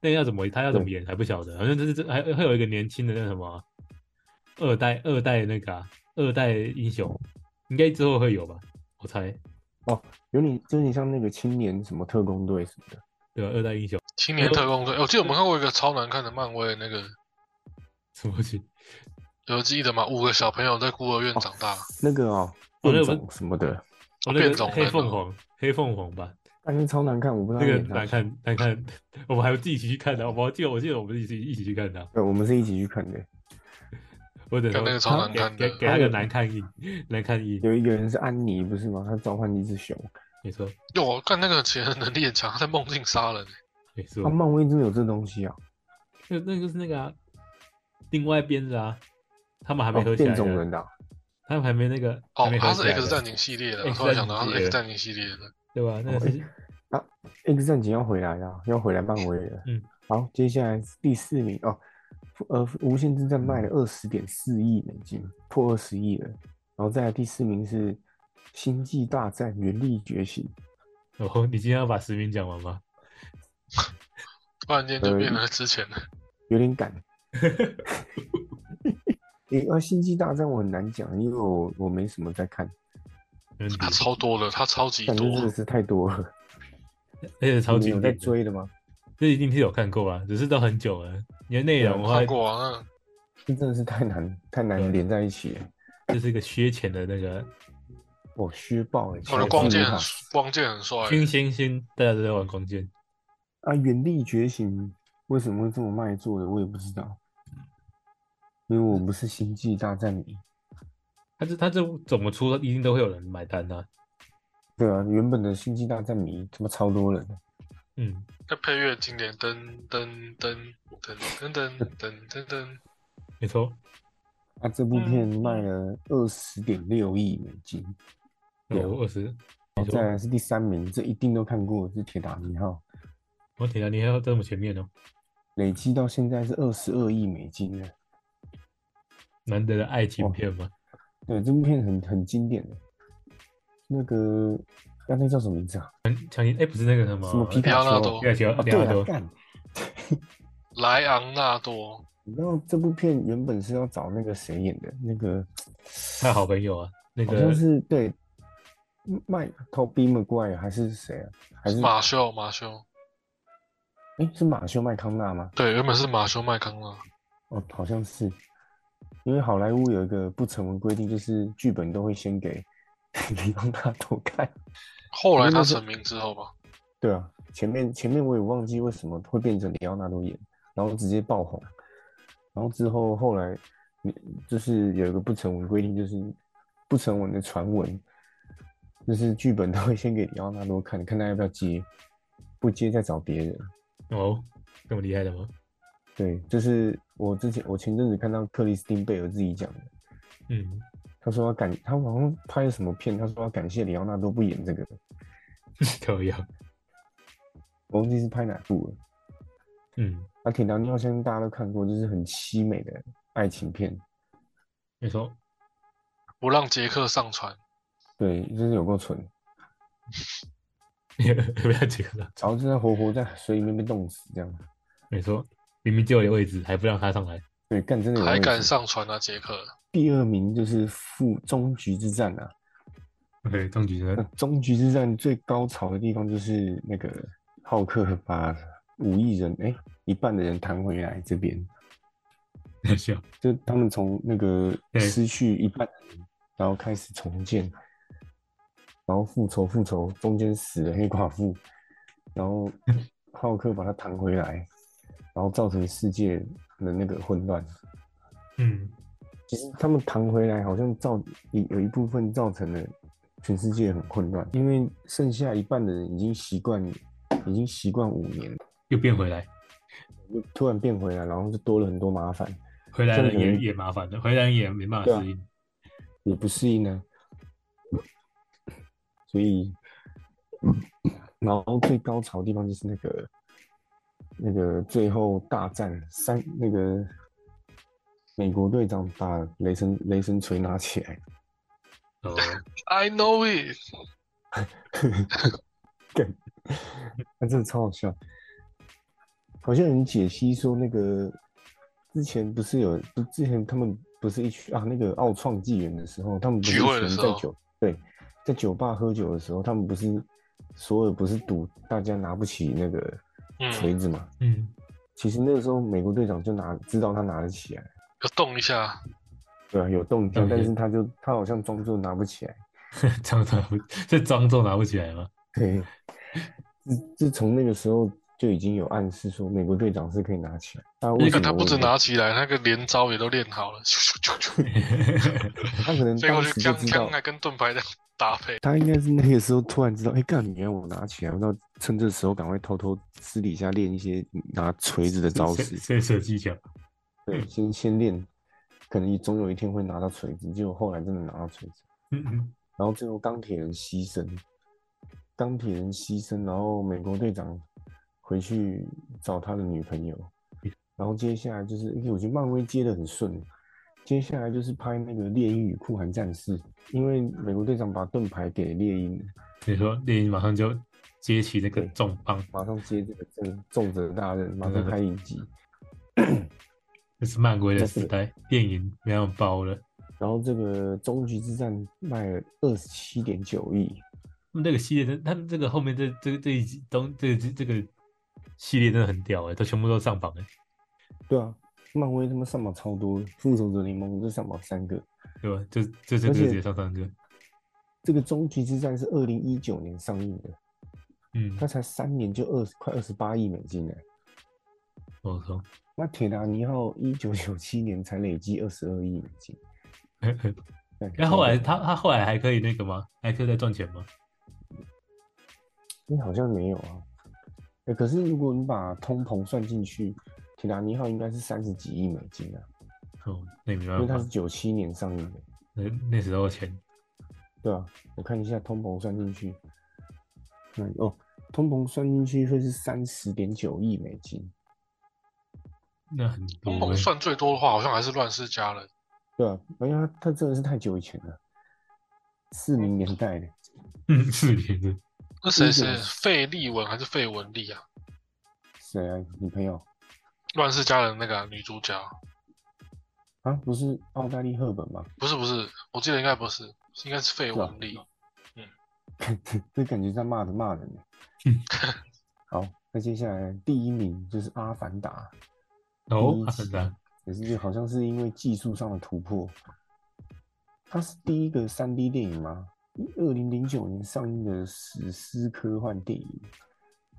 Speaker 3: 那要怎么她要怎么演还不晓得，好像就是这还会有一个年轻的那什么啊二代二代那个、啊、二代英雄，应该之后会有吧，我猜
Speaker 1: 有点就有点像那个青年什么特工队什么的。
Speaker 3: 对吧？二代英雄
Speaker 2: 青年特工队。哎我记得我们看过一个超难看的漫威的那个，
Speaker 3: 什么去？
Speaker 2: 有记得吗？五个小朋友在孤儿院长大，
Speaker 1: 那个哦，
Speaker 3: 哦那
Speaker 1: 变
Speaker 3: 个
Speaker 1: 种什么的，
Speaker 3: 哦，那
Speaker 2: 变
Speaker 3: 个
Speaker 2: 种
Speaker 3: 黑
Speaker 2: 人
Speaker 3: 凤
Speaker 2: 哦
Speaker 3: 凰，黑凤凰吧，
Speaker 1: 感觉超难看，我不知道
Speaker 3: 那
Speaker 1: 他
Speaker 3: 个
Speaker 1: 演
Speaker 3: 难
Speaker 1: 啥。
Speaker 3: 看难看，我们还有自己去看的，我们还记得我记得我们一起一起去看的啊，
Speaker 1: 对，我们是一起去看的。
Speaker 3: 我等
Speaker 2: 看那个超难看
Speaker 3: 给
Speaker 2: 的
Speaker 3: 给给他个难看印，难看印，
Speaker 1: 有一个人是安妮，不是吗？他召唤一只熊。
Speaker 3: 没错
Speaker 2: 哟，我看那个其实能力很强，他在梦境杀人。
Speaker 3: 没
Speaker 1: 啊，
Speaker 3: 错，
Speaker 1: 漫威真的有这东西啊？
Speaker 3: 那那就是那个啊，另外编的啊，他们还没
Speaker 1: 哦
Speaker 3: 合起来
Speaker 1: 变
Speaker 3: 的，
Speaker 1: 种人的啊，
Speaker 3: 他们还没那个，
Speaker 2: 哦
Speaker 3: 还没，合
Speaker 2: 他是
Speaker 3: 起来
Speaker 2: X
Speaker 3: 的
Speaker 2: 战警系列的，我
Speaker 3: X
Speaker 2: 突然想到他
Speaker 3: 战
Speaker 2: 是
Speaker 3: 警
Speaker 2: X 战警系列的。
Speaker 3: 对吧？那个是
Speaker 1: X 战警要回来了，要回来漫威了。
Speaker 3: 嗯，
Speaker 1: 好，接下来第四名哦，呃，无限之战卖了二十点四亿美金，破二十亿了。然后再来第四名是《星际大战：原力觉醒》，
Speaker 3: 哦，你今天要把实名讲完吗？
Speaker 2: 突然间就变成之前的，
Speaker 1: 有点赶。诶，啊，《星际大战》我很难讲，因为我我没什么在看，
Speaker 3: 没问题
Speaker 2: 他超多的，他超级
Speaker 1: 感觉真的
Speaker 2: 多。啊
Speaker 1: 是太多了。
Speaker 3: 而且超
Speaker 1: 你
Speaker 3: 级
Speaker 1: 有在，追的吗？
Speaker 3: 这一定是有看过啊，只是都很久了。你的内
Speaker 1: 对
Speaker 3: 容的
Speaker 2: 看
Speaker 3: 话，
Speaker 2: 过啊，
Speaker 1: 这真的是太难太
Speaker 3: 对
Speaker 1: 难连在一起了，
Speaker 3: 就是一个削钱的那个
Speaker 1: 我虚爆哎、
Speaker 2: 那我的
Speaker 1: 乔治
Speaker 2: 光剑
Speaker 1: 卢
Speaker 2: 啊很
Speaker 1: 卡斯
Speaker 2: 光剑很帅，
Speaker 3: 星星星，大家都在玩光剑，
Speaker 1: 啊，原力觉醒为什么会这么卖座的，我也不知道，因为我不是星际大战迷。
Speaker 3: 他这他这怎么出，一定都会有人买单的啊。
Speaker 1: 对啊，原本的星际大战迷他妈超多人的，
Speaker 3: 嗯，
Speaker 2: 那配乐很经典，噔噔噔噔噔噔噔噔噔，
Speaker 3: 没错，
Speaker 1: 啊，这部片卖了二十点六亿美金，
Speaker 3: 有二十，
Speaker 1: 然
Speaker 3: 没
Speaker 1: 后
Speaker 3: 错
Speaker 1: 再。来是第三名，这一定都看过，是《铁达尼号》。
Speaker 3: 我铁达尼号在我们前面哦，
Speaker 1: 累积到现在是二十二亿美金啊了。
Speaker 3: 难得的爱
Speaker 1: 哦
Speaker 3: 情片嘛，
Speaker 1: 对，这部片很很经典的。那个，刚才叫什么名字啊？
Speaker 3: 强尼哎，不是那个什么
Speaker 1: 什么皮
Speaker 2: 皮
Speaker 1: 卡
Speaker 2: 亚
Speaker 1: 丘
Speaker 2: 纳多
Speaker 3: 皮、卡丘
Speaker 1: 啊，
Speaker 3: 皮
Speaker 1: 对
Speaker 3: 卡
Speaker 1: 啊，
Speaker 3: 丘
Speaker 1: 干！
Speaker 2: 莱昂纳多，
Speaker 1: 你知道这部片原本是要找那个谁演的？那个
Speaker 3: 他的好朋友啊，那
Speaker 1: 好
Speaker 3: 个
Speaker 1: 像是对，麦 Toby m g u i 还是谁啊？还是
Speaker 2: 马修马修，
Speaker 1: 哎是马修麦康纳吗？
Speaker 2: 对，原本是马修麦康纳，
Speaker 1: 哦，好像是，因为好莱坞有一个不成文规定，就是剧本都会先给 <laughs> 李昂纳多看。
Speaker 2: 后来
Speaker 1: 因为
Speaker 2: 他
Speaker 1: 那时候
Speaker 2: 成名之后吧，
Speaker 1: 对啊，前面前面我也忘记为什么会变成里奥纳多演，然后直接爆红，然后之后后来，你就是有一个不成文规定，就是不成文的传闻，就是剧本都会先给里奥纳多看，看他要不要接，不接再找别人。
Speaker 3: 哦，这么厉害的吗？
Speaker 1: 对，这、是我之前我前阵子看到克里斯汀贝尔自己讲的，
Speaker 3: 嗯，
Speaker 1: 他说要感他好像拍了什么片，他说要感谢里奥纳多不演这个，
Speaker 3: 可以啊，
Speaker 1: 我忘记是拍哪部了。
Speaker 3: 嗯，
Speaker 1: 啊，《铁达尼号》相信大家都看过，就是很凄美的爱情片，
Speaker 3: 没错，
Speaker 2: 不让杰克上船，
Speaker 1: 对，就是有够蠢，
Speaker 3: 不要啊这个了，
Speaker 1: 然后就在活活在水里面被冻死这样，
Speaker 3: 没错，明明就有位置，还不让他上来，
Speaker 1: 对，干真的有
Speaker 2: 还
Speaker 1: 问
Speaker 2: 敢
Speaker 1: 题
Speaker 2: 上船啊，杰克？
Speaker 1: 第二名就是副终局之战啊，
Speaker 3: 对，终局
Speaker 1: 那
Speaker 3: 呢？
Speaker 1: 终局之战最高潮的地方就是那个浩克把五亿人哎、一半的人弹回来这边，
Speaker 3: 很笑，
Speaker 1: 就他们从那个
Speaker 3: 对
Speaker 1: 失去一半的人，然后开始重建，然后复仇复仇，中间死了黑寡妇，然后浩克把他弹回来，然后造成世界的那个混乱。
Speaker 3: 嗯，
Speaker 1: 其实他们弹回来，好像造有有一部分造成了全世界很混乱，因为剩下一半的人已经习惯，已经习惯五年，
Speaker 3: 又变回来，
Speaker 1: 就突然变回来，然后就多了很多麻烦。
Speaker 3: 回来了
Speaker 1: 这个
Speaker 3: 也
Speaker 1: 人
Speaker 3: 也麻烦了，回来也没办
Speaker 1: 对
Speaker 3: 法
Speaker 1: 啊
Speaker 3: 适应，
Speaker 1: 也不适应呢，所以，然后最高潮的地方就是那个那个最后大战三那个美国队长把雷神雷神锤拿起来，
Speaker 3: 哦，
Speaker 2: I know it，
Speaker 1: 那真的超好笑。好像有人解析说，那个之前不是有，不之前他们不是一群啊，那个奥创纪元的时候，他们不是
Speaker 2: 聚
Speaker 1: 一
Speaker 2: 会的
Speaker 1: 群
Speaker 2: 时
Speaker 1: 在
Speaker 2: 候
Speaker 1: 酒对，在酒吧喝酒的时候，他们不是所有不是赌大家拿不起那个锤
Speaker 2: 嗯，
Speaker 1: 子嘛？
Speaker 3: 嗯，
Speaker 1: 其实那个时候美国队长就拿知道他拿得起来，
Speaker 2: 要动一下，
Speaker 1: 对啊，有动
Speaker 3: 嗯
Speaker 1: 静，但是他就他好像装作拿不起来。
Speaker 3: 装作拿不，这装作拿不起来吗？
Speaker 2: <laughs>
Speaker 1: 对，自自从那个时候就已经有暗示说美国队长是可以拿起来，但为
Speaker 2: 那
Speaker 1: 什
Speaker 2: 个
Speaker 1: 么
Speaker 2: 他不
Speaker 1: 我也
Speaker 2: 止
Speaker 1: 知道
Speaker 2: 拿起来，那个连招也都练好了，咻
Speaker 1: <laughs>
Speaker 2: 咻咻咻，
Speaker 1: 他可能
Speaker 2: 飞过
Speaker 1: 当
Speaker 2: 去
Speaker 1: 时就
Speaker 2: 枪
Speaker 1: 知
Speaker 2: 枪
Speaker 1: 道，
Speaker 2: 还跟盾牌的搭配，
Speaker 1: 他应该是那个时候突然知道，哎、干，原来我拿起来，我要趁这时候赶快偷偷私底下练一些拿锤子的招
Speaker 3: 这
Speaker 1: 式，
Speaker 3: <laughs> 这这技巧，
Speaker 1: 对，先先练，可能总有一天会拿到锤子，结果后来真的拿到锤子，
Speaker 3: 嗯嗯，
Speaker 1: 然后最后钢铁人牺牲，钢铁人牺牲，然后美国队长回去找他的女朋友，然后接下来就是，因为我觉得漫威接的很顺，接下来就是拍那个猎鹰与酷寒战士，因为美国队长把盾牌给猎鹰了。
Speaker 3: 你说猎鹰马上就接起那个重磅，
Speaker 1: 马上接这个重重责大任，马上开影集。
Speaker 3: 这是漫威的
Speaker 1: 这
Speaker 3: 时
Speaker 1: 是
Speaker 3: 代，电影没有包了。
Speaker 1: 然后这个终局之战卖了二十七点九亿，
Speaker 3: 他们这个系列真，他们这个后面这这这一集都这这这个系列真的很屌哎、都全部都上榜哎、
Speaker 1: 对啊，漫威他妈上榜超多，复仇者联盟就上榜三个。
Speaker 3: 对吧？就就
Speaker 1: 而
Speaker 3: 这个
Speaker 1: 且
Speaker 3: 直接上三个，
Speaker 1: 这个终局之战是二零一九年上映的，
Speaker 3: 嗯，
Speaker 1: 它才三年就二十快二十八亿美金呢。
Speaker 3: 我靠，
Speaker 1: 那铁达尼号一九九七年才累积二十二亿美金，干
Speaker 3: 那后来他他后来还可以那个吗？还可以再赚钱吗？
Speaker 1: 哎、好像没有啊。哎、可是如果你把通膨算进去，铁达尼号应该是三十几亿美金啊。
Speaker 3: 哦，那也没
Speaker 1: 因为
Speaker 3: 办
Speaker 1: 它是
Speaker 3: 法，
Speaker 1: 九七年上映的，
Speaker 3: 那那时候的钱，
Speaker 1: 对啊，我看一下通膨算进去，嗯哦，通膨算进去会是三十点九亿美金，
Speaker 3: 那很多
Speaker 2: 东盟
Speaker 3: 欸
Speaker 2: 哦算最多的话，好像还是乱世佳人。
Speaker 1: 对吧、啊？哎呀，他真的是太久以前了，四零年代的，
Speaker 3: 嗯， <laughs> 四年了，
Speaker 2: 那谁
Speaker 1: 英雄
Speaker 2: 谁费利文还是费雯丽啊？
Speaker 1: 谁啊？女朋友
Speaker 2: 乱世佳人那个啊、女主角
Speaker 1: 啊？不是奥黛丽·赫本吗？ <laughs>
Speaker 2: 不是不是，我记得应该不是，应该是费
Speaker 1: 啊
Speaker 2: 雯丽。
Speaker 1: 这感觉在骂的骂人呢
Speaker 3: 嗯。
Speaker 1: <laughs> 好，那接下来第一名就是《阿凡达
Speaker 3: 哦啊
Speaker 1: 第一，
Speaker 3: 阿凡达，
Speaker 1: 也是好像是因为技术上的突破，它是第一个 3D 电影吗？二零零九年上映的史诗科幻电影，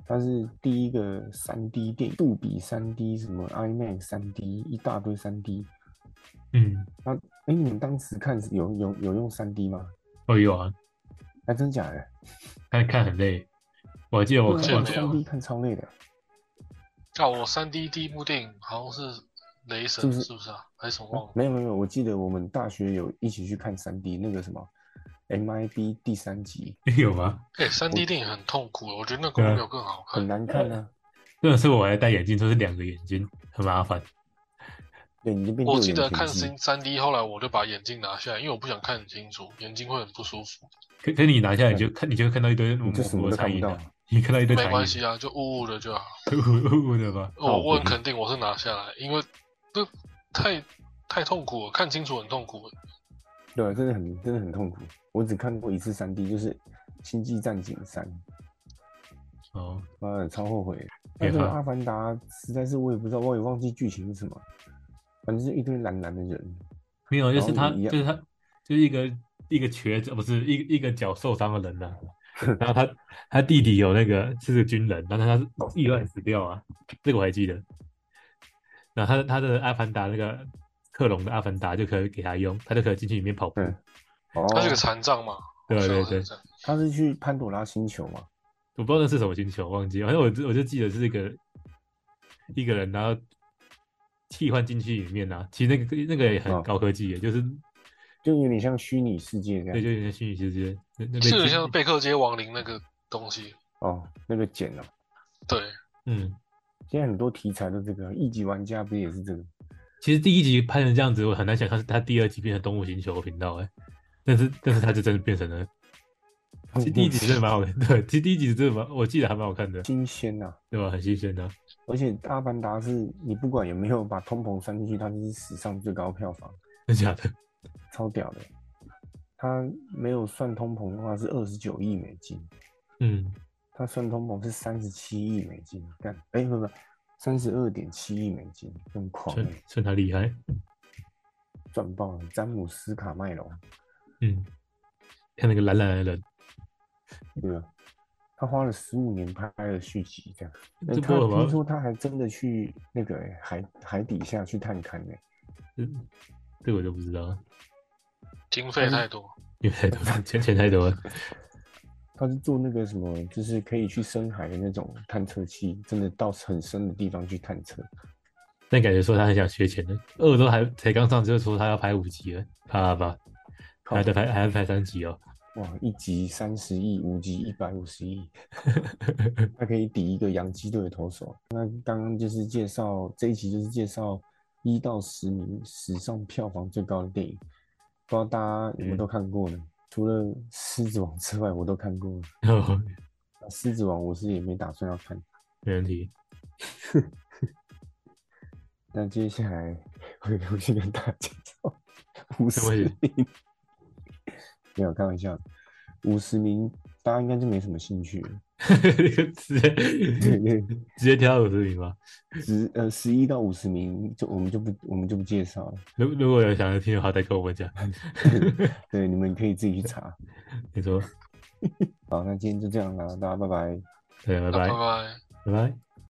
Speaker 1: 它是第一个 3D 电影，杜比 3D 什么 IMAX 3D 一大堆 3D。
Speaker 3: 嗯，
Speaker 1: 哎、你们当时看是有有有用 3D 吗？
Speaker 3: 哦有啊，
Speaker 1: 哎、真假的？
Speaker 3: 看看很累，我还记得我
Speaker 1: 啊
Speaker 2: 记得
Speaker 3: 看
Speaker 2: 哦没有
Speaker 1: 3D 看超累的，
Speaker 2: 啊，我三 D 第一部电影好像是雷神，
Speaker 1: 是
Speaker 2: 是
Speaker 1: 不
Speaker 2: 不
Speaker 1: 是
Speaker 2: 是啊？还是什么
Speaker 1: 啊
Speaker 2: 忘了？
Speaker 1: 没有没有，我记得我们大学有一起去看 3D 那个什么 MIB 第三集，
Speaker 3: <laughs> 有吗？
Speaker 2: 哎、三 D 电影很痛苦，我觉得那
Speaker 1: 啊
Speaker 2: 个没有更好
Speaker 1: 很
Speaker 2: 看。
Speaker 1: 难看啊，
Speaker 3: 那种是我还戴眼镜，就是两个眼睛，很麻烦。
Speaker 1: 对，你就变
Speaker 2: 我
Speaker 1: 六
Speaker 2: 记
Speaker 1: 眼
Speaker 2: 得
Speaker 1: 全
Speaker 2: 看
Speaker 1: 鸡
Speaker 2: 新三 D，后来我就把眼镜拿下来，因为我不想看很清楚，眼睛会很不舒服。
Speaker 3: 可可你拿下来你就看，你就会看到一堆模
Speaker 1: 你就什
Speaker 3: 糊
Speaker 1: 么都
Speaker 3: 的苍
Speaker 1: 看不
Speaker 3: 蝇
Speaker 1: 到
Speaker 3: 啊，。 <laughs> 你看到一堆
Speaker 2: 没
Speaker 3: 苍蝇， <laughs>
Speaker 2: 关系啊，就雾雾的就好。
Speaker 3: 雾雾的吧？
Speaker 2: 我我很
Speaker 1: 靠
Speaker 2: 肯定我是拿下来，因为那太太痛苦了，看清楚很痛苦了。
Speaker 1: 对啊，真的很真的很痛苦。我只看过一次三 D，就是《星际战警三》，
Speaker 3: 哦，
Speaker 1: 妈的超后悔的。
Speaker 3: 也
Speaker 1: 但是《
Speaker 3: 好
Speaker 1: 阿凡达》实在是我也不知道，我也忘记剧情是什么，反正就一堆蓝蓝的人。
Speaker 3: 没有，就是
Speaker 1: 然
Speaker 3: 他，
Speaker 1: 后你一样
Speaker 3: 就是他，就是一个一个瘸子，不是一个一个脚受伤的
Speaker 1: <laughs>
Speaker 3: 人呐、然后他他弟弟有那个是个军人，然后他意外死掉啊，这个我还记得。然后他他的阿凡达那个克隆的阿凡达就可以给他用，他就可以进去里面跑步。
Speaker 1: 嗯哦，
Speaker 2: 它是个残障嘛？
Speaker 3: 对
Speaker 2: 好像
Speaker 3: 对
Speaker 2: 是
Speaker 3: 对，
Speaker 2: 这样
Speaker 1: 他是去潘朵拉星球嘛？
Speaker 3: 我不知道那是什么星球，忘记了，反正我就我就记得是一个一个人，然后替换进去里面啊。其实那个那个也
Speaker 1: 哦
Speaker 3: 很高科技耶，就是
Speaker 1: 就有点像虚拟世界这样。
Speaker 3: 对，就有点虚拟世界，那那边
Speaker 2: 是有点像贝克街亡灵那个东西。
Speaker 1: 哦，那个简哦，
Speaker 2: 对，
Speaker 3: 嗯。
Speaker 1: 现在很多题材都这个，一级玩家不是也是这
Speaker 3: <laughs>
Speaker 1: 个？
Speaker 3: 其实第一集拍成这样子，我很难想象是他第二集变成动物星球的频道哎、但是但是他就真的变成了。其实第一集真的蛮好看，对，其实第一集真的蛮，我记得还蛮好看的，
Speaker 1: <laughs> 新鲜呐、啊。
Speaker 3: 对吧？很新鲜的、
Speaker 1: 而且《阿凡达》是你不管有没有把通膨算进去，它就是史上最高票房。
Speaker 3: 真假的？
Speaker 1: 超屌的。它没有算通膨的话是二十九亿美金，
Speaker 3: 嗯，
Speaker 1: 它算通膨是三十七亿美金，干哎不不，三十二点七亿美金，很狂
Speaker 3: 算
Speaker 1: 欸
Speaker 3: 算他厉害，
Speaker 1: 赚爆了！詹姆斯卡麦隆，
Speaker 3: 嗯，看那个蓝蓝的人，
Speaker 1: 对吧？他花了十五年拍了续集，这样。哎
Speaker 3: 这
Speaker 1: 他
Speaker 3: 不好
Speaker 1: 听
Speaker 3: 吧？
Speaker 1: 说他还真的去那个欸海海底下去探勘呢，
Speaker 3: 嗯这个我就不知道了，
Speaker 2: 经
Speaker 3: 嗯
Speaker 2: 费太多。
Speaker 3: 因为太多了，钱钱太多了，
Speaker 1: 他是做那个什么，就是可以去深海的那种探测器，真的到很深的地方去探测。
Speaker 3: 但感觉说他很想学钱的，二都还才刚上就说他要拍五集了，怕吧？还要再拍还要拍三集哦， <laughs>
Speaker 1: 哇，一集三十亿，五集一百五十亿，他可以抵一个洋基队的投手。那刚刚就是介绍这一集，就是介绍一到十名史上票房最高的电影，不知道大家有没有都看过呢？除了《狮子王》之外，我都看过了。《狮子王》我是也没打算要看。
Speaker 3: 哦没
Speaker 1: <laughs>
Speaker 3: 问题。
Speaker 1: 那接下来我我去跟大家介绍 <laughs> 五十
Speaker 3: 什么意思
Speaker 1: 名，没有开玩笑的，五十名大家应该就没什么兴趣了。
Speaker 3: <laughs> 直接 <laughs>
Speaker 1: 对对。
Speaker 3: 直接跳到五十名吗？
Speaker 1: 十呃十一到五十名，就我们就不我们就不介绍了。 <laughs>
Speaker 3: 如如果有想要听的话，再跟我们讲。
Speaker 1: 对，你们可以自己去查。
Speaker 3: 你说，
Speaker 1: 好，那今天就这样啦，大家拜拜。
Speaker 3: 对，拜
Speaker 2: 那
Speaker 3: 拜，
Speaker 2: 拜拜。
Speaker 3: 拜拜。